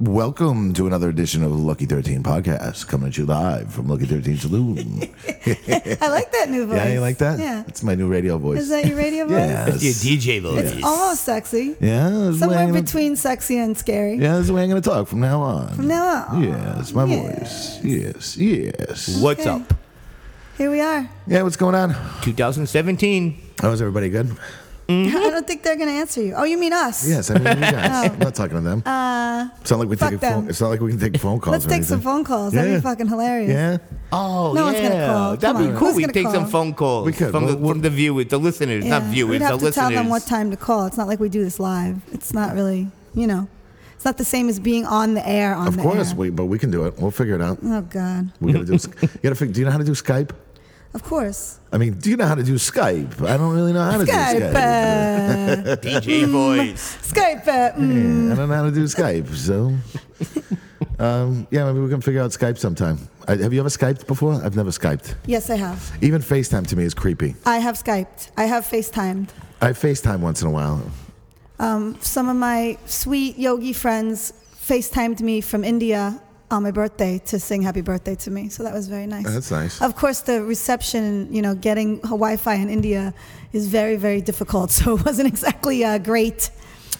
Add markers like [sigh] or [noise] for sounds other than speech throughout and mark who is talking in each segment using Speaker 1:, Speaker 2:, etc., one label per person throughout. Speaker 1: Welcome to another edition of Lucky 13 Podcast, coming at you live from Lucky 13
Speaker 2: [laughs]
Speaker 1: Saloon.
Speaker 2: I like that new voice.
Speaker 1: yeah, you like that?
Speaker 2: Yeah.
Speaker 1: It's my new radio voice.
Speaker 2: Is that
Speaker 1: [laughs]
Speaker 2: your radio voice?
Speaker 1: yeah.
Speaker 3: Your DJ voice.
Speaker 2: It's almost sexy.
Speaker 1: yeah, that's the way
Speaker 2: Somewhere
Speaker 1: I'm gonna-
Speaker 2: between sexy and scary.
Speaker 1: Yeah, that's the way I'm going to talk from now on. From
Speaker 2: now on.
Speaker 1: Yeah, it's my
Speaker 2: Yes.
Speaker 1: voice. Yes, yes.
Speaker 3: What's
Speaker 2: Okay.
Speaker 3: up?
Speaker 2: Here
Speaker 1: [laughs]
Speaker 2: we are.
Speaker 1: Yeah, what's going on?
Speaker 3: 2017.
Speaker 1: How is everybody good?
Speaker 2: I don't think they're going to answer you. Oh, you mean us?
Speaker 1: Yes, I mean, you
Speaker 2: [laughs]
Speaker 1: guys. I'm not talking to them.
Speaker 2: Oh. Uh,
Speaker 1: It's not like we
Speaker 2: fuck
Speaker 1: take a
Speaker 2: them.
Speaker 1: phone. It's not like we can take phone calls.
Speaker 2: let's
Speaker 1: or
Speaker 2: take some
Speaker 1: anything.
Speaker 2: phone calls.
Speaker 1: Yeah.
Speaker 2: That'd be fucking hilarious.
Speaker 1: Yeah,
Speaker 3: Oh,
Speaker 2: No
Speaker 3: yeah.
Speaker 2: one's gonna call.
Speaker 3: That'd
Speaker 2: Come
Speaker 3: be
Speaker 2: on.
Speaker 3: cool.
Speaker 2: Who's
Speaker 3: We
Speaker 2: gonna
Speaker 3: take some
Speaker 2: call?
Speaker 3: phone calls
Speaker 1: We could.
Speaker 3: from the
Speaker 1: Well,
Speaker 3: from the viewers, the listeners,
Speaker 2: Yeah.
Speaker 3: not viewers,
Speaker 2: We'd have
Speaker 3: the
Speaker 2: to
Speaker 3: listeners.
Speaker 2: tell them what time to call. It's not like we do this live. It's not really, you know, it's not the same as being on the air on
Speaker 1: of
Speaker 2: the
Speaker 1: course.
Speaker 2: air.
Speaker 1: We, but we can do it. We'll figure it out.
Speaker 2: Oh, God.
Speaker 1: We [laughs] gotta do. You gotta. Fig- do you know how to do Skype?
Speaker 2: Of course.
Speaker 1: I mean, do you know how to do Skype? I don't really know how to do
Speaker 2: Skype.
Speaker 1: Skype.
Speaker 2: uh,
Speaker 3: [laughs] DJ voice.
Speaker 2: Skype. uh, mm.
Speaker 1: Yeah, I don't know how to do Skype,
Speaker 2: [laughs]
Speaker 1: so um, yeah, maybe we can figure out Skype sometime. I, have you ever Skyped before? I've never Skyped.
Speaker 2: Yes, I have.
Speaker 1: Even FaceTime to me is creepy.
Speaker 2: I have Skyped. I have FaceTimed.
Speaker 1: I FaceTime once in a while.
Speaker 2: some of my sweet yogi friends FaceTimed me from India on my birthday to sing happy birthday to me. So that was very nice.
Speaker 1: That's nice.
Speaker 2: Of course, the reception, you know, getting Wi Fi in India is very, very difficult. [laughs] So it wasn't exactly a great,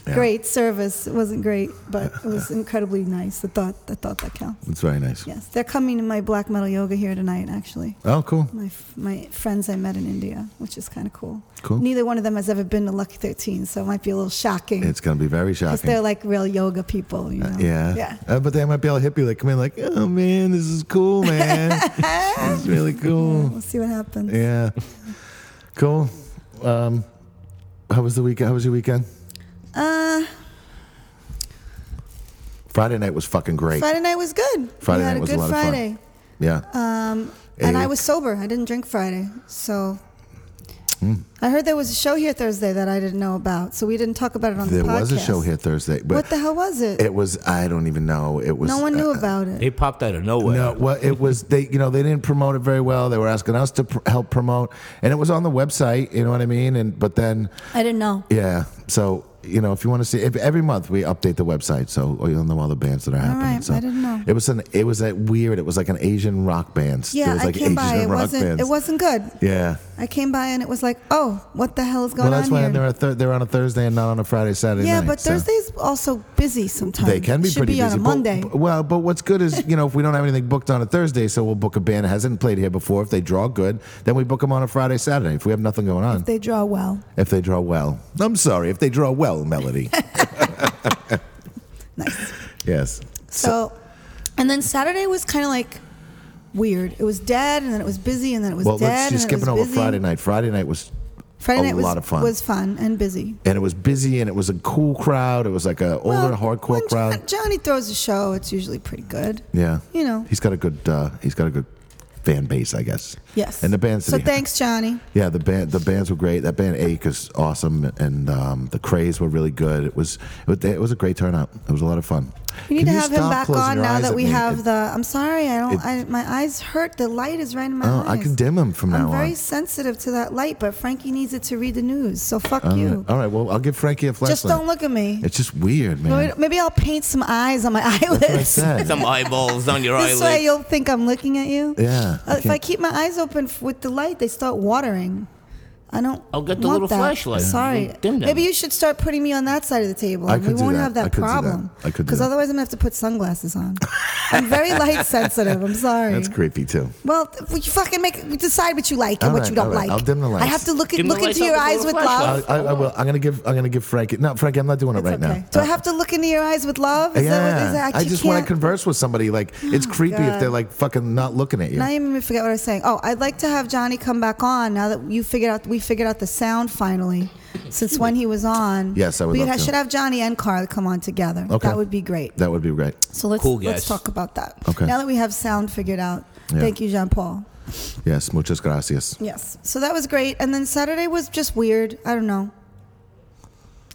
Speaker 1: Yeah.
Speaker 2: great service. It wasn't great, but
Speaker 1: [laughs]
Speaker 2: it was incredibly nice. I thought, I thought that counts.
Speaker 1: It's very nice.
Speaker 2: Yes, they're coming to my black metal yoga here tonight, actually
Speaker 1: Oh, cool.
Speaker 2: my f- my friends I met in India, which is kind of cool.
Speaker 1: Cool.
Speaker 2: Neither one of them has ever been to Lucky 13, so it might be a little shocking.
Speaker 1: It's gonna be very
Speaker 2: because they're
Speaker 1: shocking.
Speaker 2: like real yoga people, you know.
Speaker 1: Yeah.
Speaker 2: Yeah.
Speaker 1: Uh, but they might be all hippie, like come in, like, oh man, this is
Speaker 2: [laughs]
Speaker 1: cool, man. this is really cool.
Speaker 2: We'll see what happens.
Speaker 1: Yeah. Cool. Um, how was the week? How was your weekend?
Speaker 2: Uh,
Speaker 1: Friday night was fucking great.
Speaker 2: Friday night was good.
Speaker 1: Friday
Speaker 2: we had
Speaker 1: night was a
Speaker 2: good
Speaker 1: lot of fun.
Speaker 2: Friday.
Speaker 1: Yeah.
Speaker 2: Um, and I
Speaker 1: Eric.
Speaker 2: was sober. I didn't drink Friday, so.
Speaker 1: Mm.
Speaker 2: I heard there was a show here Thursday that I didn't know about, so we didn't talk about it on
Speaker 1: there
Speaker 2: the podcast.
Speaker 1: was a show here Thursday, but
Speaker 2: What the hell was it?
Speaker 1: It was I don't even know. It was
Speaker 2: no one knew
Speaker 1: uh,
Speaker 2: about it.
Speaker 3: They popped out of nowhere.
Speaker 1: No,
Speaker 3: [laughs]
Speaker 1: well, it was they. You know, they didn't promote it very well. They were asking us to pr- help promote, and it was on the website. You know what I mean? And but then,
Speaker 2: I didn't know.
Speaker 1: yeah. So you know, if you want to see, if, every month we update the website, so you'll know all the bands that are happening.
Speaker 2: right,
Speaker 1: so
Speaker 2: I didn't know.
Speaker 1: It was an. It was a weird. It was like an Asian rock band.
Speaker 2: Yeah,
Speaker 1: there was like
Speaker 2: I came
Speaker 1: Asian
Speaker 2: by. It
Speaker 1: rock
Speaker 2: wasn't.
Speaker 1: bands.
Speaker 2: It wasn't good.
Speaker 1: Yeah.
Speaker 2: I came by and it was like, oh, what the hell is going
Speaker 1: Well, that's
Speaker 2: on
Speaker 1: why
Speaker 2: here?
Speaker 1: they're a thir- they're on a Thursday and not on a Friday, Saturday.
Speaker 2: yeah,
Speaker 1: night,
Speaker 2: but
Speaker 1: so.
Speaker 2: Thursday's also busy sometimes.
Speaker 1: They can be
Speaker 2: Um, Should
Speaker 1: pretty
Speaker 2: be
Speaker 1: busy.
Speaker 2: on a
Speaker 1: but-
Speaker 2: Monday.
Speaker 1: b- well, but what's good is you know if we don't have anything booked on a Thursday, so we'll book a band that hasn't played here before. If they draw good, then we book them on a Friday, Saturday. If we have nothing going on,
Speaker 2: they draw well.
Speaker 1: if they draw well, I'm sorry, if they draw well, Melody.
Speaker 2: [laughs] Nice.
Speaker 1: yes.
Speaker 2: So, and then Saturday was kind of like weird. It was dead, and then it was busy, and then it was
Speaker 1: Well,
Speaker 2: dead.
Speaker 1: let's just
Speaker 2: and then
Speaker 1: skipping
Speaker 2: it was
Speaker 1: over
Speaker 2: busy.
Speaker 1: Friday night. Friday night was
Speaker 2: Friday
Speaker 1: a
Speaker 2: night was
Speaker 1: lot of fun.
Speaker 2: was fun and busy.
Speaker 1: and it was busy and it was a cool crowd. It was like a older
Speaker 2: Well,
Speaker 1: hardcore
Speaker 2: when Jo-
Speaker 1: crowd.
Speaker 2: Johnny throws a show; it's usually pretty good.
Speaker 1: Yeah.
Speaker 2: You know.
Speaker 1: He's got a good. Uh, he's got a good fan base, I guess.
Speaker 2: Yes.
Speaker 1: And the bands. that
Speaker 2: So
Speaker 1: he-
Speaker 2: thanks, Johnny.
Speaker 1: Yeah, the band the bands were great. That band Ache is awesome, and um, the Craze were really good. It was it was, it was a great turnout. It was a lot of fun.
Speaker 2: You
Speaker 1: Can
Speaker 2: need to have him
Speaker 1: stop
Speaker 2: back
Speaker 1: closing
Speaker 2: on
Speaker 1: your
Speaker 2: now
Speaker 1: eyes
Speaker 2: that
Speaker 1: at
Speaker 2: we
Speaker 1: me?
Speaker 2: have
Speaker 1: It-
Speaker 2: the. I'm sorry, I don't.
Speaker 1: It-
Speaker 2: I, my eyes hurt. The light is right in my
Speaker 1: Oh,
Speaker 2: eyes.
Speaker 1: I can dim him from
Speaker 2: I'm
Speaker 1: now
Speaker 2: very
Speaker 1: on.
Speaker 2: sensitive to that light, but Frankie needs it to read the news. So fuck
Speaker 1: All
Speaker 2: you.
Speaker 1: right. All right, well, I'll give Frankie a flashlight.
Speaker 2: Just don't look at me.
Speaker 1: Uh, It's just weird, man.
Speaker 2: Maybe I'll paint some eyes on my [laughs] eyelids.
Speaker 1: That's what I said.
Speaker 3: Some eyeballs on your
Speaker 2: [laughs] this
Speaker 3: eyelids.
Speaker 2: way you'll think I'm looking at you.
Speaker 1: Yeah, I
Speaker 2: Uh, if I
Speaker 1: can't-
Speaker 2: keep my eyes open f- with the light, they start watering. I don't.
Speaker 3: I'll get the
Speaker 2: want
Speaker 3: little
Speaker 2: that.
Speaker 3: flashlight.
Speaker 2: Sorry.
Speaker 3: Dim them.
Speaker 2: Maybe you should start putting me on that side of the table.
Speaker 1: I
Speaker 2: and
Speaker 1: could
Speaker 2: we
Speaker 1: do
Speaker 2: won't
Speaker 1: that.
Speaker 2: have
Speaker 1: I
Speaker 2: that
Speaker 1: could do that.
Speaker 2: problem.
Speaker 1: I could do
Speaker 2: Because
Speaker 1: that.
Speaker 2: otherwise, I'm gonna have to put sunglasses on. I'm very
Speaker 1: [laughs]
Speaker 2: light sensitive. I'm sorry.
Speaker 1: That's creepy too.
Speaker 2: Well, th- you fucking make decide what you like and
Speaker 1: All
Speaker 2: what
Speaker 1: right,
Speaker 2: you don't
Speaker 1: all right.
Speaker 2: like.
Speaker 1: I'll dim the lights.
Speaker 2: I have to look at,
Speaker 3: Dim the
Speaker 2: look
Speaker 3: lights
Speaker 2: into your
Speaker 3: out with a
Speaker 2: eyes with
Speaker 3: little
Speaker 2: love.
Speaker 1: I, I, I will. I'm gonna give. I'm gonna give Frankie. No, Frankie, I'm not doing it Uh, right
Speaker 2: okay.
Speaker 1: now.
Speaker 2: Do I have to look into your eyes with love? Is that what,
Speaker 1: yeah,
Speaker 2: is that,
Speaker 1: I
Speaker 2: you
Speaker 1: just want
Speaker 2: can't,
Speaker 1: to
Speaker 2: Oh
Speaker 1: converse with somebody. Like it's creepy if
Speaker 2: God.
Speaker 1: they're like fucking not looking at you.
Speaker 2: Now you made me forget what I was saying. Oh, I'd like to have Johnny come back on now that you figured out we figured out the sound finally, since when he was on.
Speaker 1: Yes, I would
Speaker 2: We
Speaker 1: love
Speaker 2: ha-
Speaker 1: to.
Speaker 2: should have Johnny and Carl come on together.
Speaker 1: Okay.
Speaker 2: That would be great.
Speaker 1: That would be great.
Speaker 2: So let's
Speaker 3: Cool,
Speaker 2: let's
Speaker 3: guys.
Speaker 2: talk about that.
Speaker 1: Okay.
Speaker 2: Now that we have sound figured out,
Speaker 1: Yeah.
Speaker 2: thank you, Jean Paul.
Speaker 1: Yes, muchas gracias.
Speaker 2: Yes. So that was great. And then Saturday was just weird. I don't know.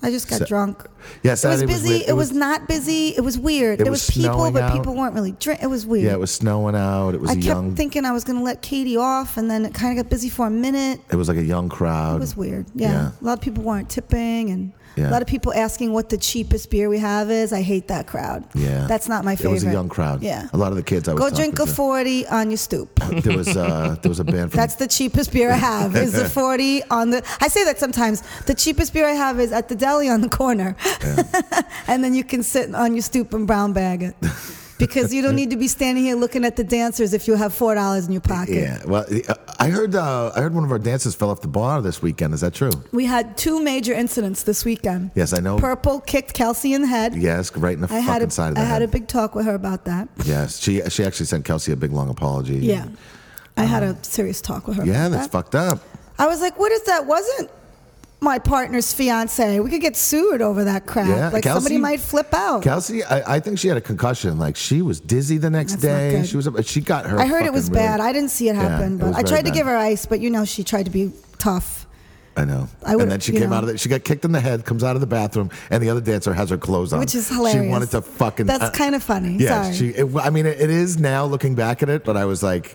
Speaker 2: I just got
Speaker 1: Sa-
Speaker 2: drunk.
Speaker 1: Yeah,
Speaker 2: It was
Speaker 1: Saturday
Speaker 2: busy.
Speaker 1: weird.
Speaker 2: it, was, not busy. It was weird.
Speaker 1: It
Speaker 2: there
Speaker 1: was
Speaker 2: was, people,
Speaker 1: snowing
Speaker 2: but
Speaker 1: out.
Speaker 2: people weren't really drink. It was weird.
Speaker 1: Yeah, it was snowing out. It was
Speaker 2: I
Speaker 1: a
Speaker 2: kept
Speaker 1: young.
Speaker 2: thinking I was going to let Katie off, and then it kind of got busy for a minute.
Speaker 1: It was like a young crowd.
Speaker 2: It was weird. Yeah.
Speaker 1: Yeah.
Speaker 2: A lot of people weren't tipping, and
Speaker 1: Yeah.
Speaker 2: A lot of people asking what the cheapest beer we have is. I hate that crowd.
Speaker 1: Yeah.
Speaker 2: That's not my favorite.
Speaker 1: It was a young crowd.
Speaker 2: Yeah.
Speaker 1: A lot of the kids I was
Speaker 2: Go
Speaker 1: talking
Speaker 2: drink a
Speaker 1: to.
Speaker 2: 40 on your stoop.
Speaker 1: There was uh, there was a band from
Speaker 2: [laughs] That's the cheapest beer I have is
Speaker 1: [laughs]
Speaker 2: the 40 on the I say that sometimes. The cheapest beer I have is at the deli on the corner. [laughs] and then you can sit on your stoop and brown bag
Speaker 1: [laughs]
Speaker 2: it. Because you don't need to be standing here looking at the dancers if you have $4 in your pocket.
Speaker 1: yeah. Well, uh, I heard uh, I heard one of our dancers fell off the bar this weekend. Is that true?
Speaker 2: We had two major incidents this weekend.
Speaker 1: Yes, I know.
Speaker 2: Purple kicked Kelsey in the head.
Speaker 1: yes, right in the
Speaker 2: I
Speaker 1: fucking
Speaker 2: had a,
Speaker 1: side of the
Speaker 2: I
Speaker 1: head.
Speaker 2: had a big talk with her about that.
Speaker 1: yes, she she actually sent Kelsey a big long apology.
Speaker 2: Yeah. I had
Speaker 1: Um,
Speaker 2: a serious talk with her.
Speaker 1: Yeah,
Speaker 2: about
Speaker 1: that's
Speaker 2: that.
Speaker 1: fucked up.
Speaker 2: I was like, what if that wasn't my partner's fiance? We could get sued over that crap.
Speaker 1: Yeah,
Speaker 2: like somebody
Speaker 1: Kelsey-
Speaker 2: might flip out.
Speaker 1: Kelsey, I, I think she had a concussion. Like she was dizzy the next
Speaker 2: That's not
Speaker 1: day.
Speaker 2: good.
Speaker 1: She was up. She got her.
Speaker 2: I heard it was
Speaker 1: fucking really-
Speaker 2: bad. I didn't see it
Speaker 1: Yeah,
Speaker 2: happen,
Speaker 1: it
Speaker 2: but
Speaker 1: was
Speaker 2: I
Speaker 1: very
Speaker 2: tried to
Speaker 1: bad.
Speaker 2: give her ice, but you know, she tried to be tough.
Speaker 1: I know.
Speaker 2: I
Speaker 1: and
Speaker 2: would've-
Speaker 1: then she
Speaker 2: you
Speaker 1: came
Speaker 2: know.
Speaker 1: out of it. She got kicked in the head, comes out of the bathroom, and the other dancer has her clothes on,
Speaker 2: Which is hilarious.
Speaker 1: She wanted to fucking. uh,
Speaker 2: That's kinda funny.
Speaker 1: Yeah,
Speaker 2: Sorry.
Speaker 1: she. It, I mean, it, it is now looking back at it, but I was like,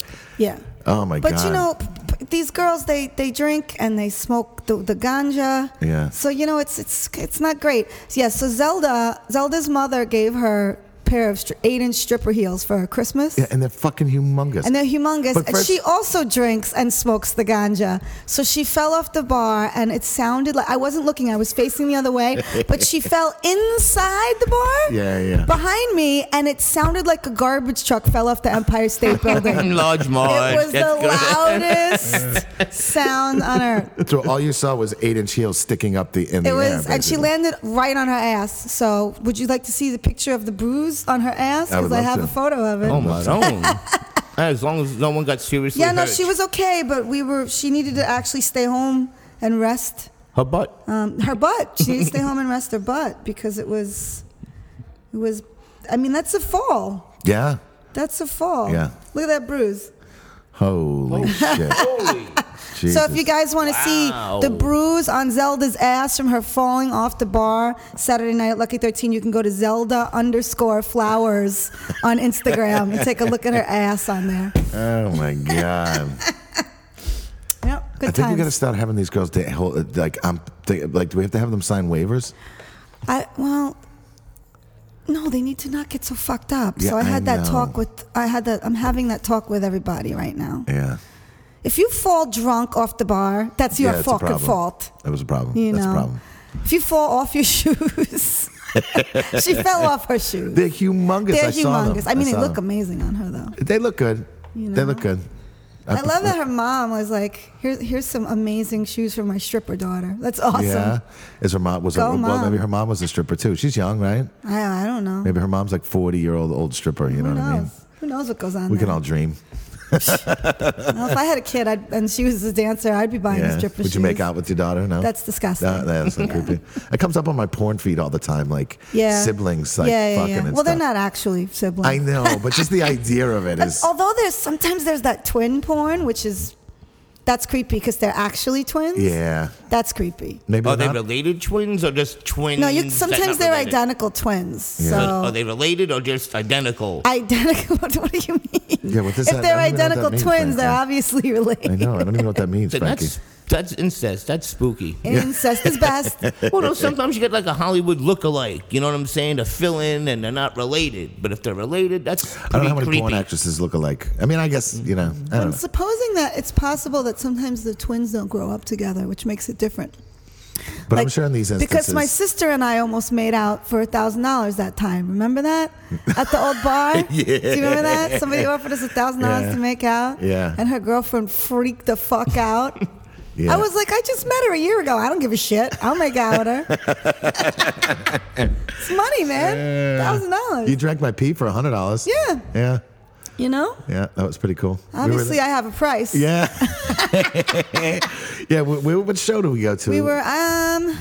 Speaker 2: Yeah.
Speaker 1: oh my
Speaker 2: But
Speaker 1: god.
Speaker 2: you know, p- p- these girls they they drink and they smoke the, the ganja.
Speaker 1: Yeah.
Speaker 2: So you know it's it's it's not great. Yeah. So Zelda Zelda's mother gave her a pair of stri- eight inch stripper heels for her Christmas.
Speaker 1: Yeah, and they're fucking humongous.
Speaker 2: And they're humongous.
Speaker 1: But
Speaker 2: and
Speaker 1: first-
Speaker 2: she also drinks and smokes the ganja. So she fell off the bar, and it sounded like I wasn't looking. I was facing the
Speaker 1: [laughs]
Speaker 2: other way, but she fell inside the bar.
Speaker 1: Yeah, yeah.
Speaker 2: Behind me, and it sounded like a garbage truck fell off the Empire
Speaker 1: [laughs]
Speaker 2: State
Speaker 3: [laughs]
Speaker 2: Building.
Speaker 3: Large
Speaker 2: [laughs]
Speaker 3: Marge.
Speaker 2: It was the
Speaker 3: that's Oh, good. [laughs]
Speaker 2: loudest sound on
Speaker 1: [laughs]
Speaker 2: earth.
Speaker 1: so all you saw was eight inch heels sticking up the in the
Speaker 2: It
Speaker 1: air.
Speaker 2: was, and she
Speaker 1: basically.
Speaker 2: landed right on her ass. So, would you like to see the picture of the bruise on her ass?
Speaker 1: I would
Speaker 2: Because I,
Speaker 1: love
Speaker 2: have
Speaker 1: to.
Speaker 2: a photo of it. [laughs]
Speaker 3: Oh my own. As long as no one got seriously
Speaker 2: yeah, no,
Speaker 3: hurt.
Speaker 2: she was okay, but we were. She needed to actually stay home and rest.
Speaker 3: her butt.
Speaker 2: Um, her butt. She needed to stay home and rest her butt because it was, it was. I mean, that's a fall.
Speaker 1: Yeah.
Speaker 2: That's a fall.
Speaker 1: Yeah.
Speaker 2: Look at that bruise.
Speaker 1: Holy shit. Jesus.
Speaker 2: [laughs] So if you guys want to
Speaker 3: Wow.
Speaker 2: see the bruise on Zelda's ass from her falling off the bar Saturday night at Lucky 13, you can go to Zelda
Speaker 1: [laughs]
Speaker 2: underscore flowers on Instagram and take a look at her ass on there.
Speaker 1: oh
Speaker 2: [laughs]
Speaker 1: my god.
Speaker 2: Yep. Good
Speaker 1: I think we
Speaker 2: times.
Speaker 1: got to start having these girls da- hold, like I'm think like do we have to have them sign waivers?
Speaker 2: I well, no, they need to not get so fucked up.
Speaker 1: Yeah,
Speaker 2: so I
Speaker 1: I
Speaker 2: had that
Speaker 1: know.
Speaker 2: talk with I had that I'm having that talk with everybody right now.
Speaker 1: Yeah.
Speaker 2: If you fall drunk off the bar, that's your
Speaker 1: yeah, it's a
Speaker 2: fucking
Speaker 1: problem.
Speaker 2: fault.
Speaker 1: That was a problem.
Speaker 2: You
Speaker 1: That's
Speaker 2: know,
Speaker 1: a problem.
Speaker 2: if you fall off your [laughs] shoes, [laughs] she fell off her shoes.
Speaker 1: They're humongous.
Speaker 2: They're
Speaker 1: I saw them.
Speaker 2: humongous. I mean, they
Speaker 1: saw
Speaker 2: look
Speaker 1: them.
Speaker 2: amazing on her though.
Speaker 1: They look good.
Speaker 2: You
Speaker 1: They
Speaker 2: know?
Speaker 1: look good.
Speaker 2: I love that her mom was like, "Here's here's some amazing shoes for my stripper daughter. That's awesome."
Speaker 1: Yeah. Is her mom was a,
Speaker 2: Go
Speaker 1: well
Speaker 2: mom.
Speaker 1: maybe her mom was a stripper too. She's young, right?
Speaker 2: I, I don't know.
Speaker 1: Maybe her mom's like 40 year old old stripper, you know what
Speaker 2: Who knows?
Speaker 1: I mean?
Speaker 2: Who knows what goes on?
Speaker 1: We
Speaker 2: there.
Speaker 1: can all dream.
Speaker 2: Well, if I had a kid I'd, and she was a dancer, I'd be buying
Speaker 1: Yeah.
Speaker 2: a stripper
Speaker 1: Would you
Speaker 2: shoes.
Speaker 1: make out with your daughter? No.
Speaker 2: That's disgusting.
Speaker 1: That, that's
Speaker 2: [laughs]
Speaker 1: so creepy. It comes up on my porn feed all the time, like
Speaker 2: yeah.
Speaker 1: siblings, like
Speaker 2: yeah, yeah,
Speaker 1: fucking
Speaker 2: yeah.
Speaker 1: and
Speaker 2: Well, they're
Speaker 1: stuff.
Speaker 2: not actually siblings.
Speaker 1: I know, but just the idea
Speaker 2: [laughs]
Speaker 1: of it
Speaker 2: But
Speaker 1: is.
Speaker 2: although there's sometimes there's that twin porn, which is that's creepy because they're actually twins.
Speaker 1: Yeah.
Speaker 2: That's creepy.
Speaker 1: Maybe
Speaker 3: Are Oh, they
Speaker 1: they're not.
Speaker 3: related twins or just twins?
Speaker 2: No, you
Speaker 3: that
Speaker 2: sometimes
Speaker 3: not
Speaker 2: they're
Speaker 3: related?
Speaker 2: identical twins.
Speaker 1: Yeah.
Speaker 2: So
Speaker 3: Are they related or just identical?
Speaker 2: identical. [laughs] what do you mean?
Speaker 1: Yeah, what does
Speaker 2: if
Speaker 1: that-
Speaker 2: they're
Speaker 1: I don't even know what that
Speaker 2: identical
Speaker 1: means,
Speaker 2: twins, they're
Speaker 1: Frankie.
Speaker 2: obviously [laughs] related.
Speaker 1: I know. I don't even know what
Speaker 3: [laughs]
Speaker 1: that means,
Speaker 3: Then
Speaker 1: Frankie.
Speaker 3: that's that's incest. That's spooky.
Speaker 2: Incest is best.
Speaker 1: [laughs]
Speaker 3: Well, no, sometimes you get like a Hollywood look-alike. You know what I'm saying? To fill in, and they're not related. But if they're related, that's
Speaker 1: I don't know how many
Speaker 3: pretty
Speaker 1: porn
Speaker 3: creepy.
Speaker 1: actresses look alike. I mean, I guess you know. I don't
Speaker 2: I'm
Speaker 1: know.
Speaker 2: supposing that it's possible that sometimes the twins don't grow up together, which makes it different.
Speaker 1: But I'm
Speaker 2: Like,
Speaker 1: sure in these instances,
Speaker 2: Because my sister and I almost made out for a thousand dollars that time. Remember
Speaker 1: [laughs]
Speaker 2: that at the old bar? yeah. Do you remember that? Somebody offered us a thousand
Speaker 1: Yeah.
Speaker 2: dollars to make out.
Speaker 1: Yeah.
Speaker 2: And her girlfriend freaked the fuck out.
Speaker 1: yeah.
Speaker 2: I was like, I just met her a year ago. I don't give a shit. I'll make out with her.
Speaker 1: [laughs]
Speaker 2: it's money, man. Thousand
Speaker 1: you
Speaker 2: dollars.
Speaker 1: drank my pee for hundred dollars.
Speaker 2: Yeah.
Speaker 1: Yeah.
Speaker 2: You know.
Speaker 1: Yeah. That was pretty cool. We were
Speaker 2: Obviously,
Speaker 1: the-
Speaker 2: I have a price.
Speaker 1: yeah. [laughs] yeah. We, we, what show did we go to?
Speaker 2: We were um.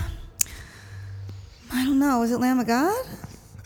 Speaker 2: I don't know. Was it Lamb of God?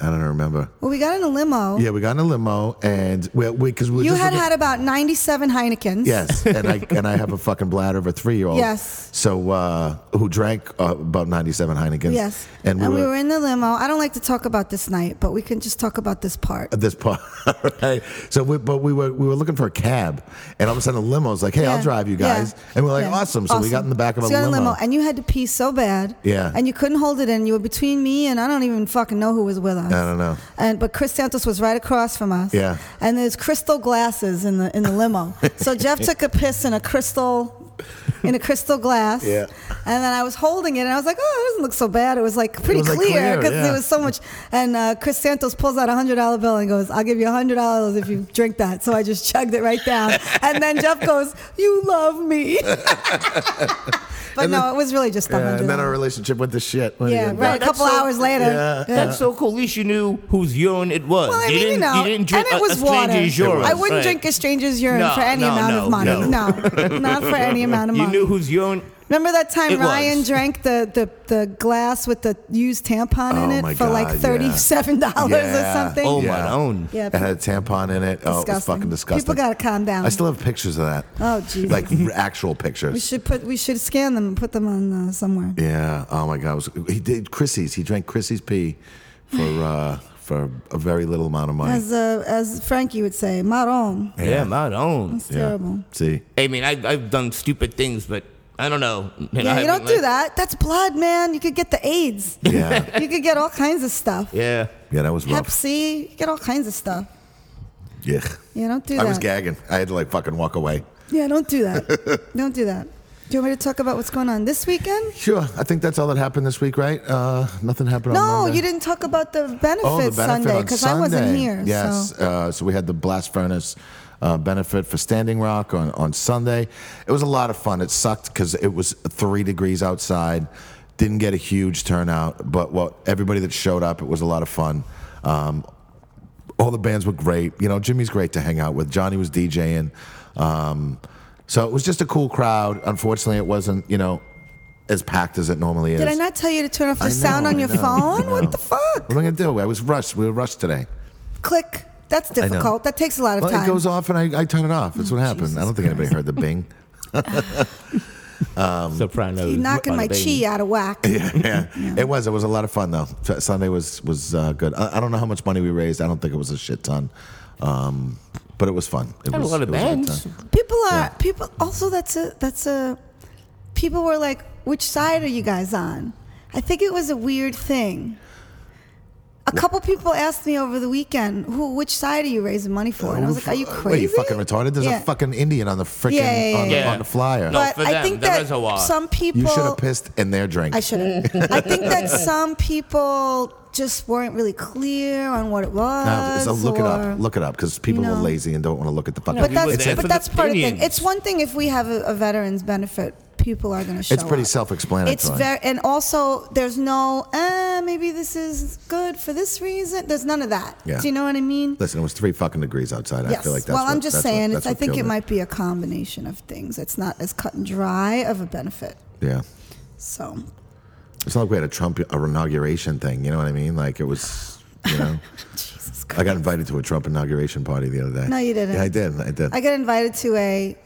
Speaker 1: I don't remember.
Speaker 2: Well, we got in a limo.
Speaker 1: Yeah, we got in a limo and we because we, were
Speaker 2: You
Speaker 1: just
Speaker 2: had
Speaker 1: looking-
Speaker 2: had about 97 Heinekens.
Speaker 1: Yes, and I and I have a fucking bladder of a three year old.
Speaker 2: Yes.
Speaker 1: So uh, who drank uh, about ninety seven Heinekens?
Speaker 2: Yes.
Speaker 1: And we, were,
Speaker 2: in the limo. I don't like to talk about this night, but we can just talk about this part.
Speaker 1: at this part, [laughs] right? So we but we were we were looking for a cab, and all of a sudden a limo's like, hey, I'll
Speaker 2: Yeah.
Speaker 1: drive you guys,
Speaker 2: Yeah.
Speaker 1: and we're like,
Speaker 2: Yeah.
Speaker 1: awesome. So we got in the back of a
Speaker 2: So you got
Speaker 1: limo.
Speaker 2: in And you had to pee so bad.
Speaker 1: Yeah.
Speaker 2: And you couldn't hold it in. You were between me and I don't even fucking know who was with us.
Speaker 1: I don't know.
Speaker 2: And but Chris Santos was right across from us.
Speaker 1: Yeah.
Speaker 2: And there's crystal glasses in the in the limo. so
Speaker 1: [laughs]
Speaker 2: Jeff took a piss in a crystal in a crystal glass.
Speaker 1: Yeah.
Speaker 2: And then I was holding it and I was like, oh, it doesn't look so bad. It was like pretty
Speaker 1: was, like,
Speaker 2: clear
Speaker 1: clear,
Speaker 2: because
Speaker 1: yeah.
Speaker 2: there was so much. And uh, Chris Santos pulls out a hundred dollar bill and goes, "I'll give you a hundred dollars if you drink that." So I just chugged it right down, and then Jeff goes, "You love me," [laughs] but
Speaker 1: And
Speaker 2: no,
Speaker 1: then-
Speaker 2: it was really just a
Speaker 1: Yeah,
Speaker 2: hundred.
Speaker 1: and then our
Speaker 2: dollars.
Speaker 1: relationship went to shit. What do you
Speaker 2: Yeah,
Speaker 1: think?
Speaker 2: right. A
Speaker 3: that's
Speaker 2: couple
Speaker 3: so-
Speaker 2: hours later.
Speaker 1: Yeah.
Speaker 3: That's so cool. At least you knew whose urine it was.
Speaker 2: Well, I
Speaker 3: you,
Speaker 2: mean,
Speaker 3: didn't,
Speaker 2: you know,
Speaker 3: didn't drink
Speaker 2: and it
Speaker 3: a-
Speaker 2: was
Speaker 3: a
Speaker 2: water.
Speaker 3: stranger's urine.
Speaker 2: I wouldn't
Speaker 3: right.
Speaker 2: drink a stranger's urine
Speaker 3: No,
Speaker 2: for any
Speaker 3: no,
Speaker 2: amount
Speaker 3: no,
Speaker 2: of money.
Speaker 3: no.
Speaker 2: No.
Speaker 3: [laughs]
Speaker 2: not for any amount of
Speaker 3: You
Speaker 2: money.
Speaker 3: knew whose urine.
Speaker 2: Remember that time
Speaker 3: It was.
Speaker 2: Ryan drank the, the, the glass with the used tampon in
Speaker 1: Oh
Speaker 2: it
Speaker 1: my
Speaker 2: for like
Speaker 1: God, yeah.
Speaker 2: $37
Speaker 1: Yeah.
Speaker 2: or something?
Speaker 3: Oh my
Speaker 1: Yeah.
Speaker 3: own.
Speaker 2: Yeah,
Speaker 1: It had a tampon in it. Oh, it was
Speaker 2: Disgusting.
Speaker 1: fucking disgusting.
Speaker 2: People gotta calm down.
Speaker 1: I still have pictures of that.
Speaker 2: Oh, Jesus.
Speaker 1: Like r- actual pictures.
Speaker 2: We should put we should scan them and put them on uh, somewhere.
Speaker 1: Yeah. Oh my God. It was- he did Chrissy's. He drank Chrissy's pee for
Speaker 2: [sighs]
Speaker 1: uh, for a very little amount of money.
Speaker 2: As uh, as Frankie would say, maron.
Speaker 3: Yeah, my own.
Speaker 2: It's terrible.
Speaker 1: See.
Speaker 3: I mean, I, I've done stupid things, but I don't know. You know,
Speaker 2: Yeah,
Speaker 3: I
Speaker 2: you don't
Speaker 3: haven't,
Speaker 2: do
Speaker 3: like-
Speaker 2: that. That's blood, man. You could get the
Speaker 3: [laughs]
Speaker 2: AIDS. [laughs]
Speaker 1: Yeah.
Speaker 2: you could get all kinds of stuff.
Speaker 3: Yeah.
Speaker 1: Yeah. That was
Speaker 2: Hep
Speaker 1: rough.
Speaker 2: C. You get all kinds of stuff.
Speaker 1: Yeah.
Speaker 2: Yeah, don't do
Speaker 1: I
Speaker 2: that.
Speaker 1: was gagging. I had to like fucking walk away.
Speaker 2: Yeah, don't do that. [laughs] don't do that. Do you want me to talk about what's going on this weekend?
Speaker 1: Sure. I think that's all that happened this week, right? Uh, nothing happened. on
Speaker 2: No,
Speaker 1: Monday.
Speaker 2: you didn't talk about the benefits
Speaker 1: Oh, the benefit
Speaker 2: Sunday
Speaker 1: on
Speaker 2: because I wasn't
Speaker 1: Sunday.
Speaker 2: here.
Speaker 1: Yes.
Speaker 2: So.
Speaker 1: Uh, so we had the blast furnace. Uh, benefit for Standing Rock on, on Sunday. It was a lot of fun. It sucked because it was three degrees outside. Didn't get a huge turnout, but what everybody that showed up, it was a lot of fun. Um, all the bands were great. You know, Jimmy's great to hang out with. Johnny was DJing. Um, so it was just a cool crowd. Unfortunately, it wasn't, you know, as packed as it normally is.
Speaker 2: Did I not tell you to turn off the
Speaker 1: I know,
Speaker 2: sound on
Speaker 1: I
Speaker 2: your
Speaker 1: know,
Speaker 2: phone?
Speaker 1: I know. [laughs]
Speaker 2: What the fuck?
Speaker 1: What am I going to do? I was rushed. We were rushed today.
Speaker 2: Click. That's difficult. That takes a lot of
Speaker 1: Well,
Speaker 2: time. Oh,
Speaker 1: it goes off and I, I turn it off. That's what happened. I don't think anybody heard the
Speaker 2: [laughs]
Speaker 1: bing. Um,
Speaker 3: Sopranos.
Speaker 2: You're knocking my chi out
Speaker 1: [laughs]
Speaker 2: of whack.
Speaker 1: yeah, it was. It was a lot of fun though. Su- Sunday was was uh, good. I, I don't know how much money we raised. I don't think it was a shit ton, um, but it was fun. It
Speaker 3: Had a
Speaker 1: was,
Speaker 3: lot of
Speaker 1: it was good
Speaker 3: bands.
Speaker 1: time.
Speaker 2: People are people. Also, that's a that's a. People were like, "Which side are you guys on?" I think it was a weird thing. A couple people asked me over the weekend, "Who? Which side are you raising money for?" And I was like, "Are you
Speaker 1: What,
Speaker 2: crazy?
Speaker 1: you fucking retarded? There's
Speaker 2: Yeah.
Speaker 1: a fucking Indian on the freaking
Speaker 2: Yeah, yeah, yeah,
Speaker 1: on, the-
Speaker 3: yeah.
Speaker 1: on the flyer.
Speaker 3: No,
Speaker 2: But
Speaker 3: for
Speaker 2: I
Speaker 3: them,
Speaker 2: think
Speaker 3: the
Speaker 2: that
Speaker 3: reservoir.
Speaker 2: some people
Speaker 1: you should have pissed in their drink. [laughs]
Speaker 2: I shouldn't. I think that some people just weren't really clear on what it was.
Speaker 1: Uh, so look it
Speaker 2: or-
Speaker 1: up. Look it up because people
Speaker 2: know.
Speaker 1: are lazy and don't want to look at the fucking.
Speaker 3: But
Speaker 2: But
Speaker 3: we
Speaker 2: that's
Speaker 3: were there for
Speaker 2: but
Speaker 3: the
Speaker 2: that's part of the thing.
Speaker 3: opinions.
Speaker 2: It's one thing if we have a, a veterans benefit, people are going to show.
Speaker 1: it's pretty
Speaker 2: up.
Speaker 1: self-explanatory.
Speaker 2: It's very and also there's no uh, maybe this is good for this reason. There's none of that.
Speaker 1: Yeah.
Speaker 2: Do you know what I mean?
Speaker 1: Listen, it was three fucking degrees outside. I
Speaker 2: Yes.
Speaker 1: feel like that's
Speaker 2: well, I'm
Speaker 1: what-
Speaker 2: just
Speaker 1: that's what-
Speaker 2: saying.
Speaker 1: that's
Speaker 2: it's, I
Speaker 1: what
Speaker 2: think
Speaker 1: killed
Speaker 2: it might be a combination of things. It's not as cut and dry of a benefit.
Speaker 1: Yeah.
Speaker 2: So
Speaker 1: It's not like we had a Trump inauguration thing. You know what I mean? Like it was, you know.
Speaker 2: [laughs] Jesus
Speaker 1: I got invited to a Trump inauguration party the other day.
Speaker 2: No, you didn't.
Speaker 1: Yeah, I did. I did.
Speaker 2: I got invited to a.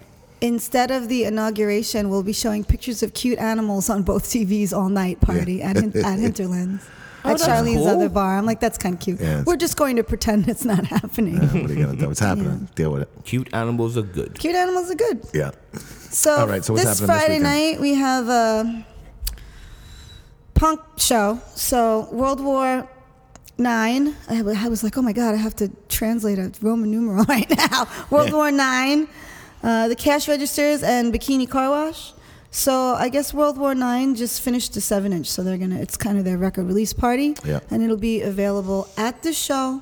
Speaker 2: Instead of the inauguration, we'll be showing pictures of cute animals on both TVs all night party at, Hin-
Speaker 1: [laughs]
Speaker 2: at Hinterlands. at
Speaker 3: Oh, that's
Speaker 2: Charlene's
Speaker 3: cool.
Speaker 2: other bar. I'm like, that's kind of cute.
Speaker 1: Yeah, it's-
Speaker 2: We're just going to pretend it's not [laughs] happening.
Speaker 1: Yeah, what are you gonna
Speaker 2: [laughs]
Speaker 1: do? It's happening. Deal with it.
Speaker 3: Cute animals are good.
Speaker 2: Cute animals are good.
Speaker 1: Yeah.
Speaker 2: So,
Speaker 1: All right, so what's
Speaker 2: this
Speaker 1: happening this
Speaker 2: Friday
Speaker 1: weekend?
Speaker 2: night, we have a punk show. So, World War Nine. I, w- I was like, oh my God, I have to translate a Roman numeral [laughs] right now. World War Nine, uh, the cash registers, and Bikini Car Wash. So, I guess World War Nine just finished the seven inch. So, they're going to, it's kind of their record release party.
Speaker 1: Yeah.
Speaker 2: And it'll be available at the show.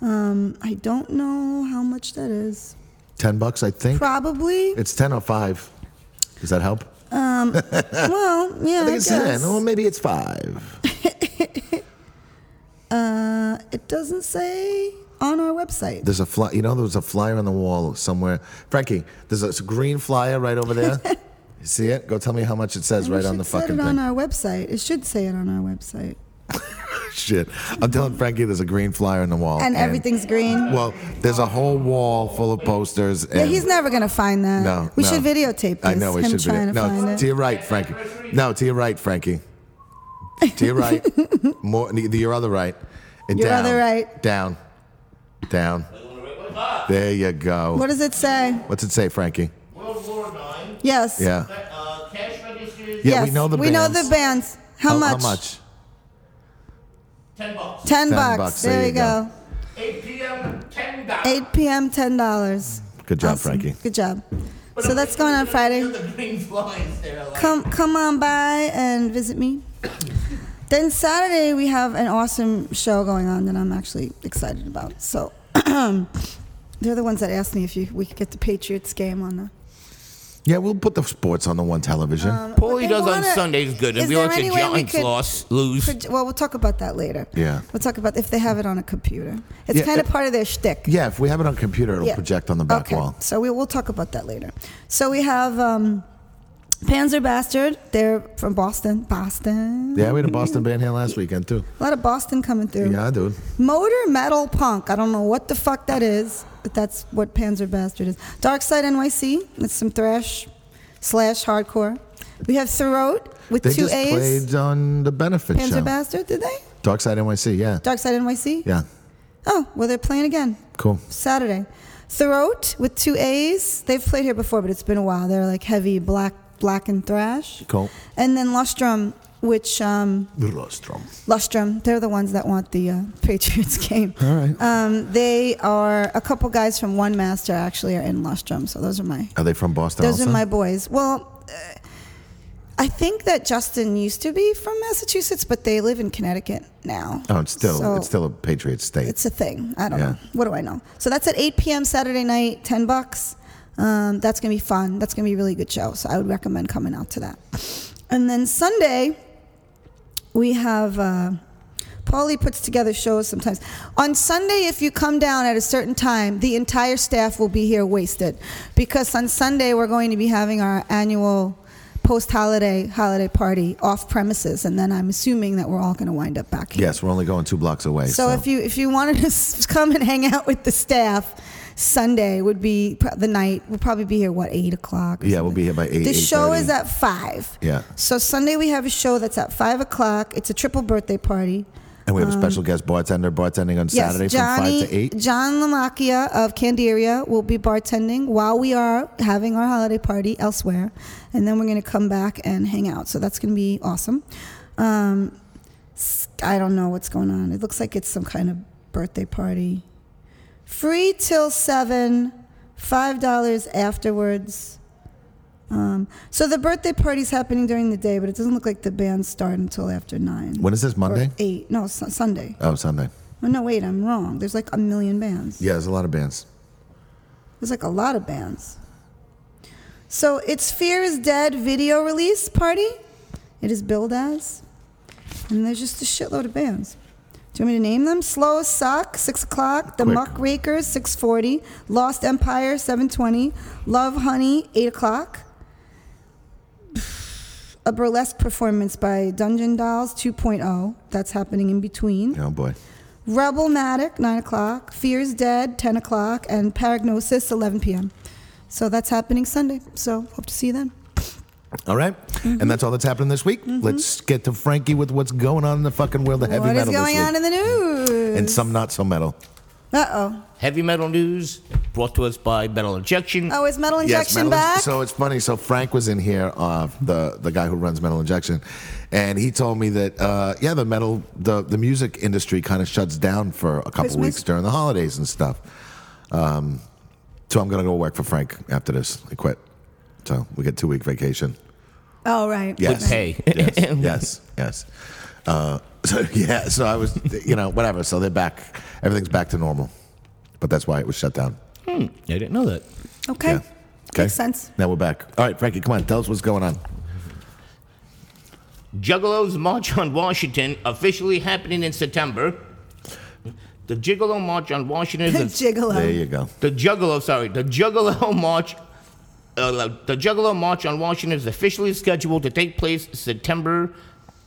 Speaker 2: Um, I don't know how much that is.
Speaker 1: Ten bucks, I think. [laughs]
Speaker 2: Probably.
Speaker 1: It's ten or five. Does that help?
Speaker 2: Well, yeah.
Speaker 1: I think it's ten,
Speaker 2: guess.
Speaker 1: Oh, or maybe it's five.
Speaker 2: Uh, it doesn't say on our website.
Speaker 1: There's a fly. You know, there was a flyer on the wall somewhere. Frankie, there's a, it's a green flyer right over
Speaker 2: [laughs]
Speaker 1: there. you see it? Go tell me how much it says
Speaker 2: We
Speaker 1: right on
Speaker 2: should
Speaker 1: the
Speaker 2: set
Speaker 1: fucking
Speaker 2: it on
Speaker 1: thing.
Speaker 2: our website. It should say it on our website.
Speaker 1: shit. I'm telling Frankie there's a green flyer in the wall.
Speaker 2: And everything's green.
Speaker 1: Well, there's a whole wall full of posters. And
Speaker 2: Yeah, he's never gonna find that.
Speaker 1: No.
Speaker 2: we
Speaker 1: no.
Speaker 2: should videotape this.
Speaker 1: I know we
Speaker 2: him
Speaker 1: should
Speaker 2: trying
Speaker 1: video-
Speaker 2: to
Speaker 1: No,
Speaker 2: find it.
Speaker 1: to your right, Frankie. No, to your right, Frankie. To your
Speaker 2: [laughs]
Speaker 1: right. More to your other right. And
Speaker 2: Your
Speaker 1: down.
Speaker 2: other right.
Speaker 1: Down. Down. There you go.
Speaker 2: What does it say?
Speaker 1: What's it say, Frankie?
Speaker 3: World War Nine.
Speaker 2: Yes.
Speaker 1: Yeah.
Speaker 3: Uh, cash registers.
Speaker 1: Yeah,
Speaker 2: yes.
Speaker 1: we know the
Speaker 2: we
Speaker 1: bands.
Speaker 2: know the bands. How
Speaker 1: How,
Speaker 2: much?
Speaker 1: how much?
Speaker 3: Ten bucks.
Speaker 2: Ten,
Speaker 1: 10
Speaker 2: bucks.
Speaker 1: bucks,
Speaker 2: There,
Speaker 1: there
Speaker 2: you
Speaker 1: you
Speaker 2: go.
Speaker 3: Eight p.m. Ten dollars.
Speaker 2: 8 p.m. Ten dollars.
Speaker 1: Good job,
Speaker 2: Awesome.
Speaker 1: Frankie.
Speaker 2: Good job. So that's going on Friday.
Speaker 3: The green flies there. Like,
Speaker 2: Come come on by and visit me. Then Saturday we have an awesome show going on that I'm actually excited about. So [clears throat] they're the ones that asked me if you, we could get the Patriots game on the.
Speaker 1: Yeah, we'll put the sports on the one television.
Speaker 3: Paulie
Speaker 2: They
Speaker 3: does on
Speaker 2: wanna-
Speaker 3: Sundays good,
Speaker 2: uh, Is
Speaker 3: and we
Speaker 2: there
Speaker 3: watch the
Speaker 2: any way we
Speaker 3: Giants
Speaker 2: could-
Speaker 3: loss lose.
Speaker 2: Proj- Well, we'll talk about that later.
Speaker 1: Yeah.
Speaker 2: We'll talk about if they have it on a computer. It's
Speaker 1: Yeah,
Speaker 2: kind of
Speaker 1: it-
Speaker 2: part of their shtick.
Speaker 1: yeah, if we have it on computer, it'll
Speaker 2: Yeah.
Speaker 1: project on the back
Speaker 2: okay.
Speaker 1: wall.
Speaker 2: So we, we'll talk about that later. So we have um, Panzer Bastard. They're from Boston. Boston.
Speaker 1: Yeah, we had a Boston band here last weekend too.
Speaker 2: A lot of Boston coming through.
Speaker 1: Yeah, dude.
Speaker 2: Motor Metal Punk. I don't know what the fuck that is, but that's what Panzer Bastard is. Dark Side NYC. It's some thrash slash hardcore. We have Throat with
Speaker 1: They
Speaker 2: two
Speaker 1: just
Speaker 2: A's.
Speaker 1: played on the benefit
Speaker 2: Panzer
Speaker 1: show.
Speaker 2: Bastard, did they?
Speaker 1: Dark Side NYC. Yeah,
Speaker 2: Dark Side NYC?
Speaker 1: yeah.
Speaker 2: Oh, well, they're playing again
Speaker 1: Cool.
Speaker 2: Saturday. Throat with two A's. They've played here before, but it's been a while. They're like heavy black, black and thrash.
Speaker 1: Cool.
Speaker 2: And then Lustrum, which um, Lustrum, they're the ones that want the uh, [laughs] Patriots game.
Speaker 1: All right.
Speaker 2: Um, they are a couple guys from One Master actually are in Lustrum, so those are my
Speaker 1: Are they from Boston?
Speaker 2: those
Speaker 1: also?
Speaker 2: are my boys. Well, uh, I think that Justin used to be from Massachusetts, but they live in Connecticut now.
Speaker 1: Oh, it's still
Speaker 2: So-
Speaker 1: it's still a Patriot state.
Speaker 2: it's a thing. I don't
Speaker 1: Yeah.
Speaker 2: know. What do I know? So that's at 8 p.m. Saturday night, 10 bucks. Um, that's going to be fun. That's going to be a really good show. So I would recommend coming out to that. And then Sunday, we have. Uh, Paulie puts together shows sometimes. On Sunday, if you come down at a certain time, the entire staff will be here wasted because on Sunday we're going to be having our annual post-holiday holiday party off premises, and then I'm assuming that we're all going to wind up back here.
Speaker 1: yes, we're only going two blocks away.
Speaker 2: So,
Speaker 1: So,
Speaker 2: if you if you wanted to s- [laughs] come and hang out with the staff, Sunday would be pr- the night. We'll probably be here what eight o'clock. or
Speaker 1: yeah, we'll
Speaker 2: something.
Speaker 1: be here by eight.
Speaker 2: The show
Speaker 1: 8:30.
Speaker 2: is at five.
Speaker 1: Yeah.
Speaker 2: So Sunday we have a show that's at five o'clock. It's a triple birthday party.
Speaker 1: and we have a special guest bartender bartending on Saturday
Speaker 2: Um, yes, Johnny,
Speaker 1: from five to eight.
Speaker 2: John Lamacchia of Candiria will be bartending while we are having our holiday party elsewhere, and then we're going to come back and hang out. So that's going to be awesome. Um, s- I don't know what's going on. It looks like it's some kind of birthday party. Free till seven, five dollars afterwards. Um, so the birthday party's happening during the day, but it doesn't look like the bands start until after nine.
Speaker 1: When is this
Speaker 2: Or
Speaker 1: Monday?
Speaker 2: eight? No, su- Sunday.
Speaker 1: Oh, Sunday.
Speaker 2: Oh, no, wait, I'm wrong. There's like a million bands.
Speaker 1: Yeah, there's a lot of bands.
Speaker 2: There's like a lot of bands. So it's Fear is Dead video release party. It is billed as. And there's just a shitload of bands. Do you want me to name them? Slow as Sock, 6 o'clock. The
Speaker 1: Quick.
Speaker 2: Muckrakers, 640. Lost Empire, 720. Love Honey, 8 o'clock. A burlesque performance by Dungeon Dolls 2.0. That's happening in between.
Speaker 1: Oh boy.
Speaker 2: Rebel Matic, 9 o'clock. Fear's Dead, 10 o'clock. And Paragnosis, 11 p.m. So that's happening Sunday. So hope to see you then.
Speaker 1: All right.
Speaker 2: Mm-hmm.
Speaker 1: and that's all that's happening this week. Let's get to Frankie with what's going on in the fucking world of heavy
Speaker 2: what is
Speaker 1: metal
Speaker 2: going
Speaker 1: this week.
Speaker 2: on in the news?
Speaker 1: and some not so metal.
Speaker 2: uh oh.
Speaker 3: Heavy metal news brought to us by Metal Injection.
Speaker 2: Oh, is metal injection
Speaker 1: metal
Speaker 2: back?
Speaker 1: So it's funny. So Frank was in here, uh, the the guy who runs Metal Injection, and he told me that uh, yeah, the metal the the music industry kind of shuts down for a couple
Speaker 2: Christmas?
Speaker 1: weeks during the holidays and stuff. Um, so I'm gonna go work for Frank after this. I quit. So we get two week vacation.
Speaker 2: oh, right.
Speaker 1: Yes.
Speaker 3: With pay.
Speaker 1: [laughs] Yes. yes. Yes. Uh, [laughs] so yeah. So I was you know whatever. So they're back. Everything's back to normal, but that's why it was shut down.
Speaker 3: Hmm, I didn't know that.
Speaker 2: Okay.
Speaker 1: Yeah. Okay.
Speaker 2: Makes sense.
Speaker 1: Now we're back. All right, Frankie, come on. Tell us what's going on.
Speaker 3: Juggalos March on Washington officially happening in September. The Gigolo March on
Speaker 2: [laughs]
Speaker 3: Washington is a-
Speaker 2: Gigolo.
Speaker 1: There you go.
Speaker 3: the Juggalo. Sorry, the Juggalo [laughs] March. Uh, the Juggalo March on Washington is officially scheduled to take place September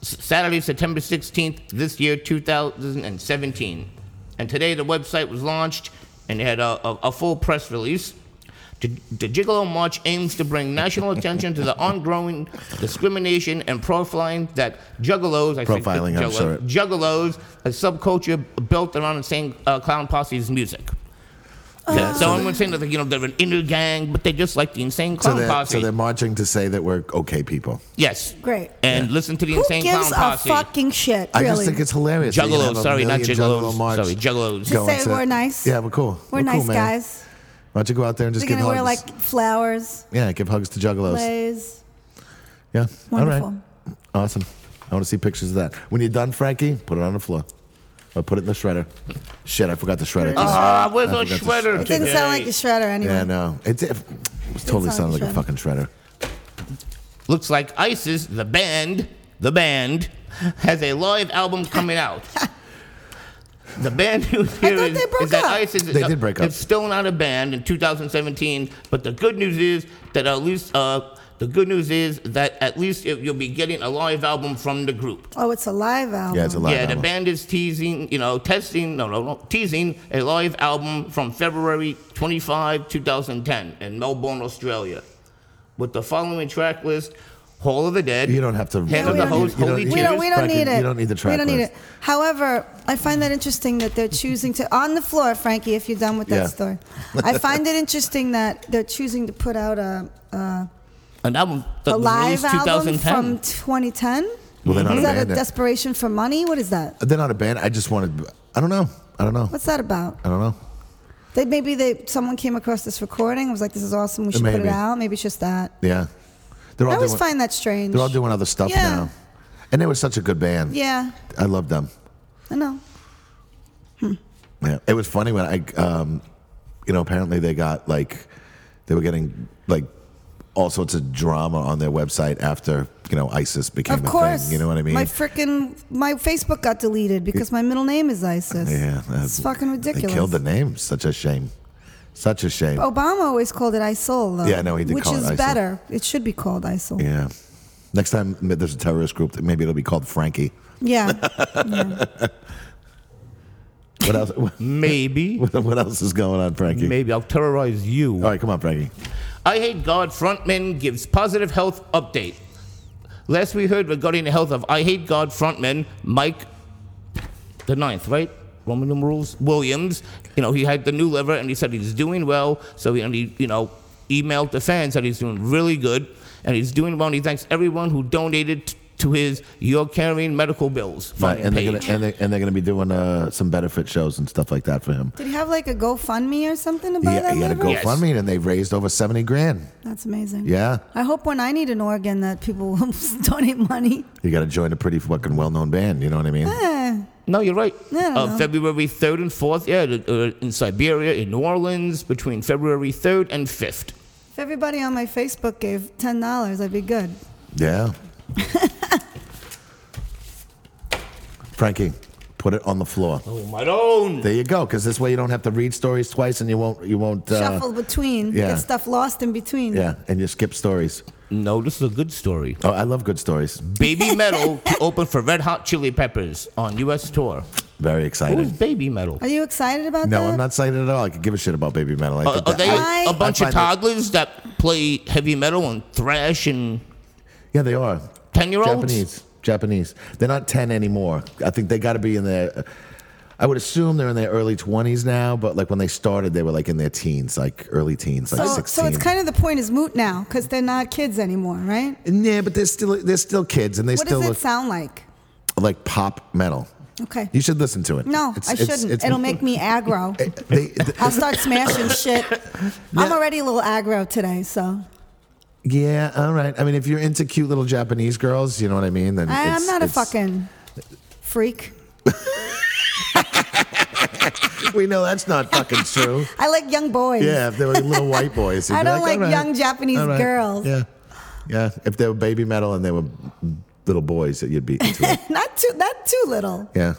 Speaker 3: S- Saturday, September 16th, this year, 2017. And today the website was launched and had a, a, a full press release. The, the Gigolo March aims to bring national attention to the
Speaker 1: [laughs]
Speaker 3: ongoing discrimination and profiling that juggalos, I said
Speaker 1: Profiling, I'm
Speaker 3: juggalos,
Speaker 1: sorry.
Speaker 3: juggalos, a subculture built around the same uh, clown posse's music.
Speaker 1: Uh,
Speaker 3: Yeah, so I'm saying that you know they're an inner gang, but they just like the insane
Speaker 1: So
Speaker 3: clown
Speaker 1: they're,
Speaker 3: posse.
Speaker 1: so they're marching to say that we're okay people.
Speaker 3: yes,
Speaker 2: Great.
Speaker 3: And listen to the
Speaker 2: Who
Speaker 3: insane
Speaker 2: gives
Speaker 3: clown
Speaker 2: a
Speaker 3: posse.
Speaker 2: fucking shit?
Speaker 1: I
Speaker 2: Really?
Speaker 1: just think it's hilarious. that you can
Speaker 3: Juggalos,
Speaker 1: have a
Speaker 3: sorry, not
Speaker 1: million
Speaker 3: juggalos.
Speaker 1: Juggalo march
Speaker 3: Sorry, juggalos. Just
Speaker 1: going
Speaker 2: say
Speaker 1: to-
Speaker 2: we're nice.
Speaker 1: Yeah, we're cool.
Speaker 2: we're,
Speaker 1: cool,
Speaker 2: nice
Speaker 1: man.
Speaker 2: guys.
Speaker 1: Why don't you go out there and just
Speaker 2: We're
Speaker 1: give
Speaker 2: gonna
Speaker 1: hugs?
Speaker 2: wear like flowers,
Speaker 1: yeah, give hugs to juggalos.
Speaker 2: plays.
Speaker 1: Yeah. All right.
Speaker 2: Wonderful.
Speaker 1: Awesome. I want to see pictures of that. When you're done, Frankie, put it on the floor. Or put it in the shredder. Shit, I forgot the shredder.
Speaker 2: Oh,
Speaker 3: Ah, where's our
Speaker 1: forgot to-
Speaker 3: shredder?
Speaker 1: I
Speaker 2: It didn't sound like a shredder anyway.
Speaker 1: yeah, no. It, did- it was totally
Speaker 2: It's on
Speaker 1: sounded
Speaker 2: the
Speaker 1: like a fucking
Speaker 2: shredder.
Speaker 1: shredder.
Speaker 3: Looks like ISIS, the band, the band, has a live album
Speaker 2: [laughs]
Speaker 3: coming out. The band news here
Speaker 2: thought
Speaker 3: is,
Speaker 2: they broke
Speaker 3: is that
Speaker 2: up.
Speaker 3: ISIS is,
Speaker 1: They did break up.
Speaker 3: is still not a band in 2017, but the good news is that at least uh, the good news is that at least it, you'll be getting a live album from the group.
Speaker 2: Oh, it's a live album.
Speaker 1: Yeah, it's a live
Speaker 3: yeah,
Speaker 1: album.
Speaker 3: the band is teasing, you know, testing, no, no, no, teasing a live album from February 25, 2010, in Melbourne, Australia, with the following track list: Hall of the Dead.
Speaker 1: You don't have to.
Speaker 3: Hand of
Speaker 2: we
Speaker 3: the
Speaker 2: don't
Speaker 1: need-
Speaker 3: Host,
Speaker 1: you don't
Speaker 3: Holy
Speaker 1: need-
Speaker 2: We
Speaker 3: Tears.
Speaker 2: don't. We don't
Speaker 1: Frankie,
Speaker 2: need it.
Speaker 1: You don't need the track
Speaker 2: We don't need
Speaker 1: list.
Speaker 2: it. However, I find that interesting that they're choosing to on the floor, Frankie. If you're done with that
Speaker 1: Yeah. [laughs]
Speaker 2: story, I find it interesting that they're choosing to put out a a,
Speaker 3: An album that
Speaker 2: a
Speaker 3: was
Speaker 2: live
Speaker 3: released
Speaker 2: album
Speaker 3: 2010.
Speaker 2: from 2010.
Speaker 1: Well, they're not
Speaker 2: is
Speaker 1: a
Speaker 2: that
Speaker 1: band.
Speaker 2: a desperation for money? What is that?
Speaker 1: They're not a band. I just wanted. I don't know. I don't know.
Speaker 2: What's that about?
Speaker 1: I don't know.
Speaker 2: They maybe they someone came across this recording and was like, "This is awesome. We should put
Speaker 1: Maybe.
Speaker 2: it out." Maybe it's just that.
Speaker 1: Yeah. They're all
Speaker 2: I always
Speaker 1: doing,
Speaker 2: find that strange.
Speaker 1: They're all doing other stuff
Speaker 2: Yeah.
Speaker 1: now. And they were such a good band.
Speaker 2: yeah,
Speaker 1: I loved them.
Speaker 2: I know.
Speaker 1: Yeah, it was funny when I, um, you know, apparently they got like, they were getting like all sorts of drama on their website after you know ISIS became
Speaker 2: Of
Speaker 1: a
Speaker 2: course.
Speaker 1: thing. You know what I mean?
Speaker 2: My freaking my Facebook got deleted because my middle name is ISIS.
Speaker 1: yeah,
Speaker 2: It's fucking ridiculous.
Speaker 1: They killed the name. Such a shame. Such a shame.
Speaker 2: Obama always called it ISIL, though.
Speaker 1: Yeah, no, he did
Speaker 2: Which
Speaker 1: call it
Speaker 2: is
Speaker 1: ISIL.
Speaker 2: better. It should be called ISIL. Yeah.
Speaker 1: Yeah. Next time there's a terrorist group, maybe it'll be called Frankie. [laughs] What else? [laughs] what
Speaker 3: Maybe,
Speaker 1: what else is going on, Frankie?
Speaker 3: maybe I'll terrorize you.
Speaker 1: All right, come on, Frankie.
Speaker 3: I Hate God frontman gives positive health update. Last we heard regarding the health of I Hate God frontman Mike the ninth, right? Roman numerals Williams. You know, he had the new liver and he said he's doing well. So he, and he you know, emailed the fans that he's doing really good and he's doing well. And he thanks everyone who donated t- to his You're Carrying Medical Bills.
Speaker 1: Right, and
Speaker 3: funding
Speaker 1: they're gonna
Speaker 3: page.
Speaker 1: and they and they're gonna be doing uh, some benefit shows and stuff like that for him.
Speaker 2: Did he have like a GoFundMe or something about
Speaker 1: Yeah,
Speaker 2: that?
Speaker 1: he had a
Speaker 2: liver?
Speaker 3: Yes.
Speaker 1: GoFundMe, and they've raised over seventy grand.
Speaker 2: That's amazing.
Speaker 1: Yeah,
Speaker 2: I hope when I need an organ that people [laughs] will donate money.
Speaker 1: you got to join a pretty fucking well-known band. You know what I mean?
Speaker 2: Eh,
Speaker 3: No, you're right.
Speaker 2: I don't
Speaker 3: Uh,
Speaker 2: know.
Speaker 3: February 3rd and 4th, yeah, uh, in Siberia, in New Orleans, between February 3rd and 5th.
Speaker 2: if everybody on my Facebook gave ten dollars, I'd be good.
Speaker 1: Yeah. Frankie, put it on the floor.
Speaker 3: Oh, my own.
Speaker 1: There you go, because this way you don't have to read stories twice, and you won't you won't uh,
Speaker 2: Shuffle between.
Speaker 1: yeah.
Speaker 2: Get stuff lost in between.
Speaker 1: Yeah, and you skip stories.
Speaker 3: No, this is a good story.
Speaker 1: Oh, I love good stories.
Speaker 3: Baby
Speaker 1: [laughs]
Speaker 3: Metal to open for Red Hot Chili Peppers on U.S. tour.
Speaker 1: Very
Speaker 3: Who is
Speaker 1: excited.
Speaker 3: Baby Metal?
Speaker 2: Are you excited about that?
Speaker 1: No, I'm not excited at all. I could give a shit about baby metal. I
Speaker 3: Are,
Speaker 1: think
Speaker 3: are
Speaker 1: that-
Speaker 3: they
Speaker 2: I- I
Speaker 3: a bunch of
Speaker 1: find that-
Speaker 3: toddlers that play heavy metal and thrash and
Speaker 1: yeah, they are.
Speaker 3: 10 year olds?
Speaker 1: Japanese, Japanese. They're not ten anymore. I think they got to be in their. I would assume they're in their early twenties now, but like when they started, they were like in their teens, like early teens, like
Speaker 2: So,
Speaker 1: sixteen.
Speaker 2: so it's kind of the point is moot now because they're not kids anymore, right?
Speaker 1: Yeah, but they're still they're still kids, and they
Speaker 2: What
Speaker 1: still
Speaker 2: does it
Speaker 1: look
Speaker 2: sound like?
Speaker 1: like pop metal.
Speaker 2: Okay.
Speaker 1: You should listen to it.
Speaker 2: No,
Speaker 1: It's-
Speaker 2: I
Speaker 1: it's-
Speaker 2: shouldn't.
Speaker 1: it's-
Speaker 2: It'll make me aggro.
Speaker 1: [laughs] They, th-
Speaker 2: I'll start
Speaker 1: [laughs]
Speaker 2: smashing shit. I'm already a little aggro today, so
Speaker 1: yeah, all right. I mean, if you're into cute little Japanese girls, you know what I mean. Then
Speaker 2: I,
Speaker 1: it's-
Speaker 2: I'm not a
Speaker 1: it's-
Speaker 2: fucking freak.
Speaker 1: We know that's not fucking true.
Speaker 2: [laughs] I like young boys.
Speaker 1: Yeah, if they were little white boys. you'd
Speaker 2: I
Speaker 1: be
Speaker 2: don't
Speaker 1: "All
Speaker 2: like
Speaker 1: right,
Speaker 2: young Japanese
Speaker 1: all right."
Speaker 2: girls.
Speaker 1: Yeah, yeah. If they were baby metal and they were little boys, that you'd be into
Speaker 2: [laughs]
Speaker 1: it.
Speaker 2: Not too, not too little.
Speaker 1: Yeah.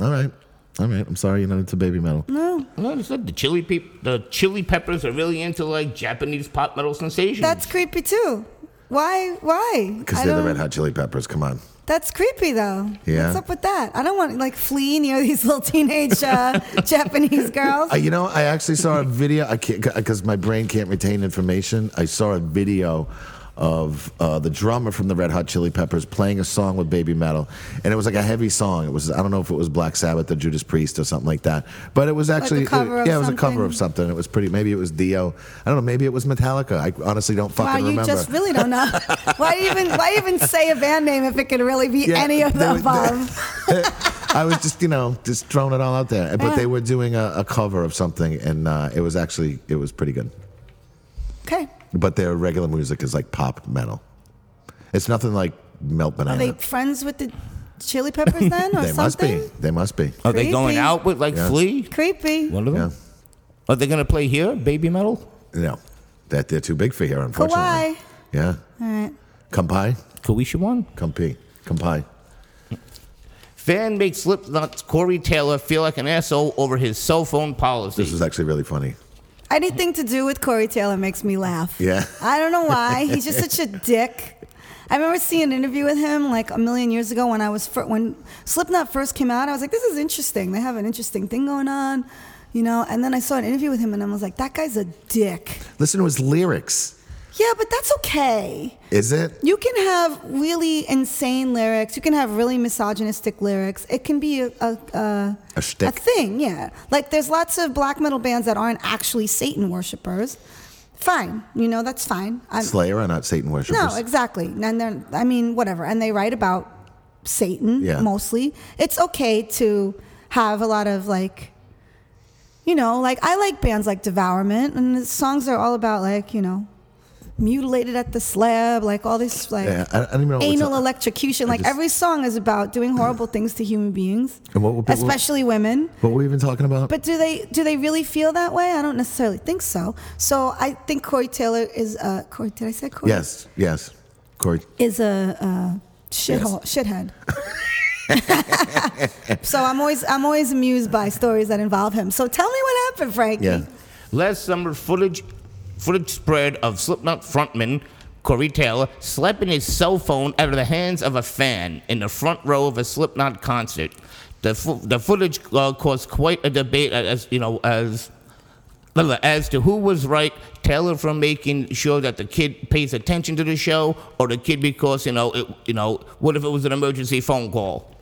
Speaker 1: All right. All right. I'm sorry you're not into baby metal.
Speaker 3: No, I said the chili peop the chili peppers are really into like Japanese pop metal sensations.
Speaker 2: That's creepy too. Why? Why?
Speaker 1: Because
Speaker 2: I
Speaker 1: they're the
Speaker 2: don't-
Speaker 1: Red Hot Chili Peppers. Come on.
Speaker 2: That's creepy though.
Speaker 1: Yeah.
Speaker 2: What's up with that? I don't want like flee near [laughs] these little teenage
Speaker 1: [laughs]
Speaker 2: uh, Japanese girls.
Speaker 1: Uh, you know, I actually saw a video. I can't because my brain can't retain information. I saw a video of uh, the drummer from the Red Hot Chili Peppers playing a song with Baby Metal, and it was like a heavy song. It was I don't know if it was Black Sabbath or Judas Priest or something like that, but it was actually
Speaker 2: cover of
Speaker 1: yeah, it was a cover
Speaker 2: something.
Speaker 1: of something. It was pretty. Maybe it was Dio. I don't know. Maybe it was Metallica. I honestly don't fucking
Speaker 2: Wow, you
Speaker 1: remember.
Speaker 2: just really don't know.
Speaker 1: [laughs]
Speaker 2: why even why even say a band name if it could really be
Speaker 1: Yeah,
Speaker 2: any of
Speaker 1: they
Speaker 2: the
Speaker 1: were-
Speaker 2: above?
Speaker 1: [laughs]
Speaker 2: [laughs]
Speaker 1: I was just, you know, just throwing it all out there. But
Speaker 2: Yeah.
Speaker 1: they were doing a, a cover of something, and uh, it was actually it was pretty good.
Speaker 2: Okay.
Speaker 1: But their regular music is like pop metal. It's nothing like Melt
Speaker 2: Are
Speaker 1: Banana. [laughs]
Speaker 2: they friends with the Chili Peppers then, or
Speaker 1: They must
Speaker 2: something?
Speaker 1: be. They must be.
Speaker 3: Are they going
Speaker 2: Creepy.
Speaker 3: out with like
Speaker 1: Yeah.
Speaker 3: Flea?
Speaker 2: Creepy.
Speaker 3: One of them.
Speaker 1: Yeah.
Speaker 3: Are they gonna play here, Baby Metal?
Speaker 1: No, that they're too big for here, unfortunately.
Speaker 2: Kawaii.
Speaker 1: Yeah.
Speaker 2: All right.
Speaker 1: Kampai,
Speaker 3: Koisha one.
Speaker 1: Kampi, Kampai.
Speaker 3: Fan makes Slipknot's Corey Taylor feel like an asshole over his cell phone policy.
Speaker 1: This is actually really funny.
Speaker 2: Anything to do with Corey Taylor makes me laugh.
Speaker 1: Yeah.
Speaker 2: I don't know
Speaker 1: [laughs]
Speaker 2: why. He's just such a dick. I remember seeing an interview with him like a million years ago when I was fir- when Slipknot first came out. I was like, this is interesting. They have an interesting thing going on, you know. And then I saw an interview with him, and I was like, that guy's a dick.
Speaker 1: Listen to his lyrics.
Speaker 2: Yeah, but that's okay.
Speaker 1: Is it?
Speaker 2: You can have really insane lyrics. You can have really misogynistic lyrics. It can be a a, a,
Speaker 1: A shtick.
Speaker 2: thing, yeah. Like there's lots of black metal bands that aren't actually Satan worshippers. Fine, you know that's fine. I,
Speaker 1: Slayer are not Satan worshippers.
Speaker 2: no, exactly. And they're I mean whatever. And they write about Satan
Speaker 1: Yeah.
Speaker 2: mostly. It's okay to have a lot of like. You know, like I like bands like Devourment, and the songs are all about like you know, mutilated at the slab, like all this like
Speaker 1: Yeah, I, I don't even know. what
Speaker 2: anal
Speaker 1: it's-
Speaker 2: electrocution.
Speaker 1: I
Speaker 2: Like
Speaker 1: just-
Speaker 2: every song is about doing horrible things to human beings,
Speaker 1: And what would people-
Speaker 2: especially women.
Speaker 1: what were we even talking about?
Speaker 2: But do they do they really feel that way? I don't necessarily think so. So I think Corey Taylor is uh, Corey. Did I say Corey?
Speaker 1: yes, yes. Corey.
Speaker 2: Is a uh, shithole shithead. [laughs] so I'm always I'm always amused by stories that involve him. So tell me what happened, Frankie.
Speaker 1: Yeah.
Speaker 3: Last summer, footage footage spread of Slipknot frontman Corey Taylor slapping his cell phone out of the hands of a fan in the front row of a Slipknot concert. The fo- the footage uh, caused quite a debate as you know as. As to who was right, Taylor from making sure that the kid pays attention to the show, or the kid because you know, it, you know, what if it was an emergency phone call?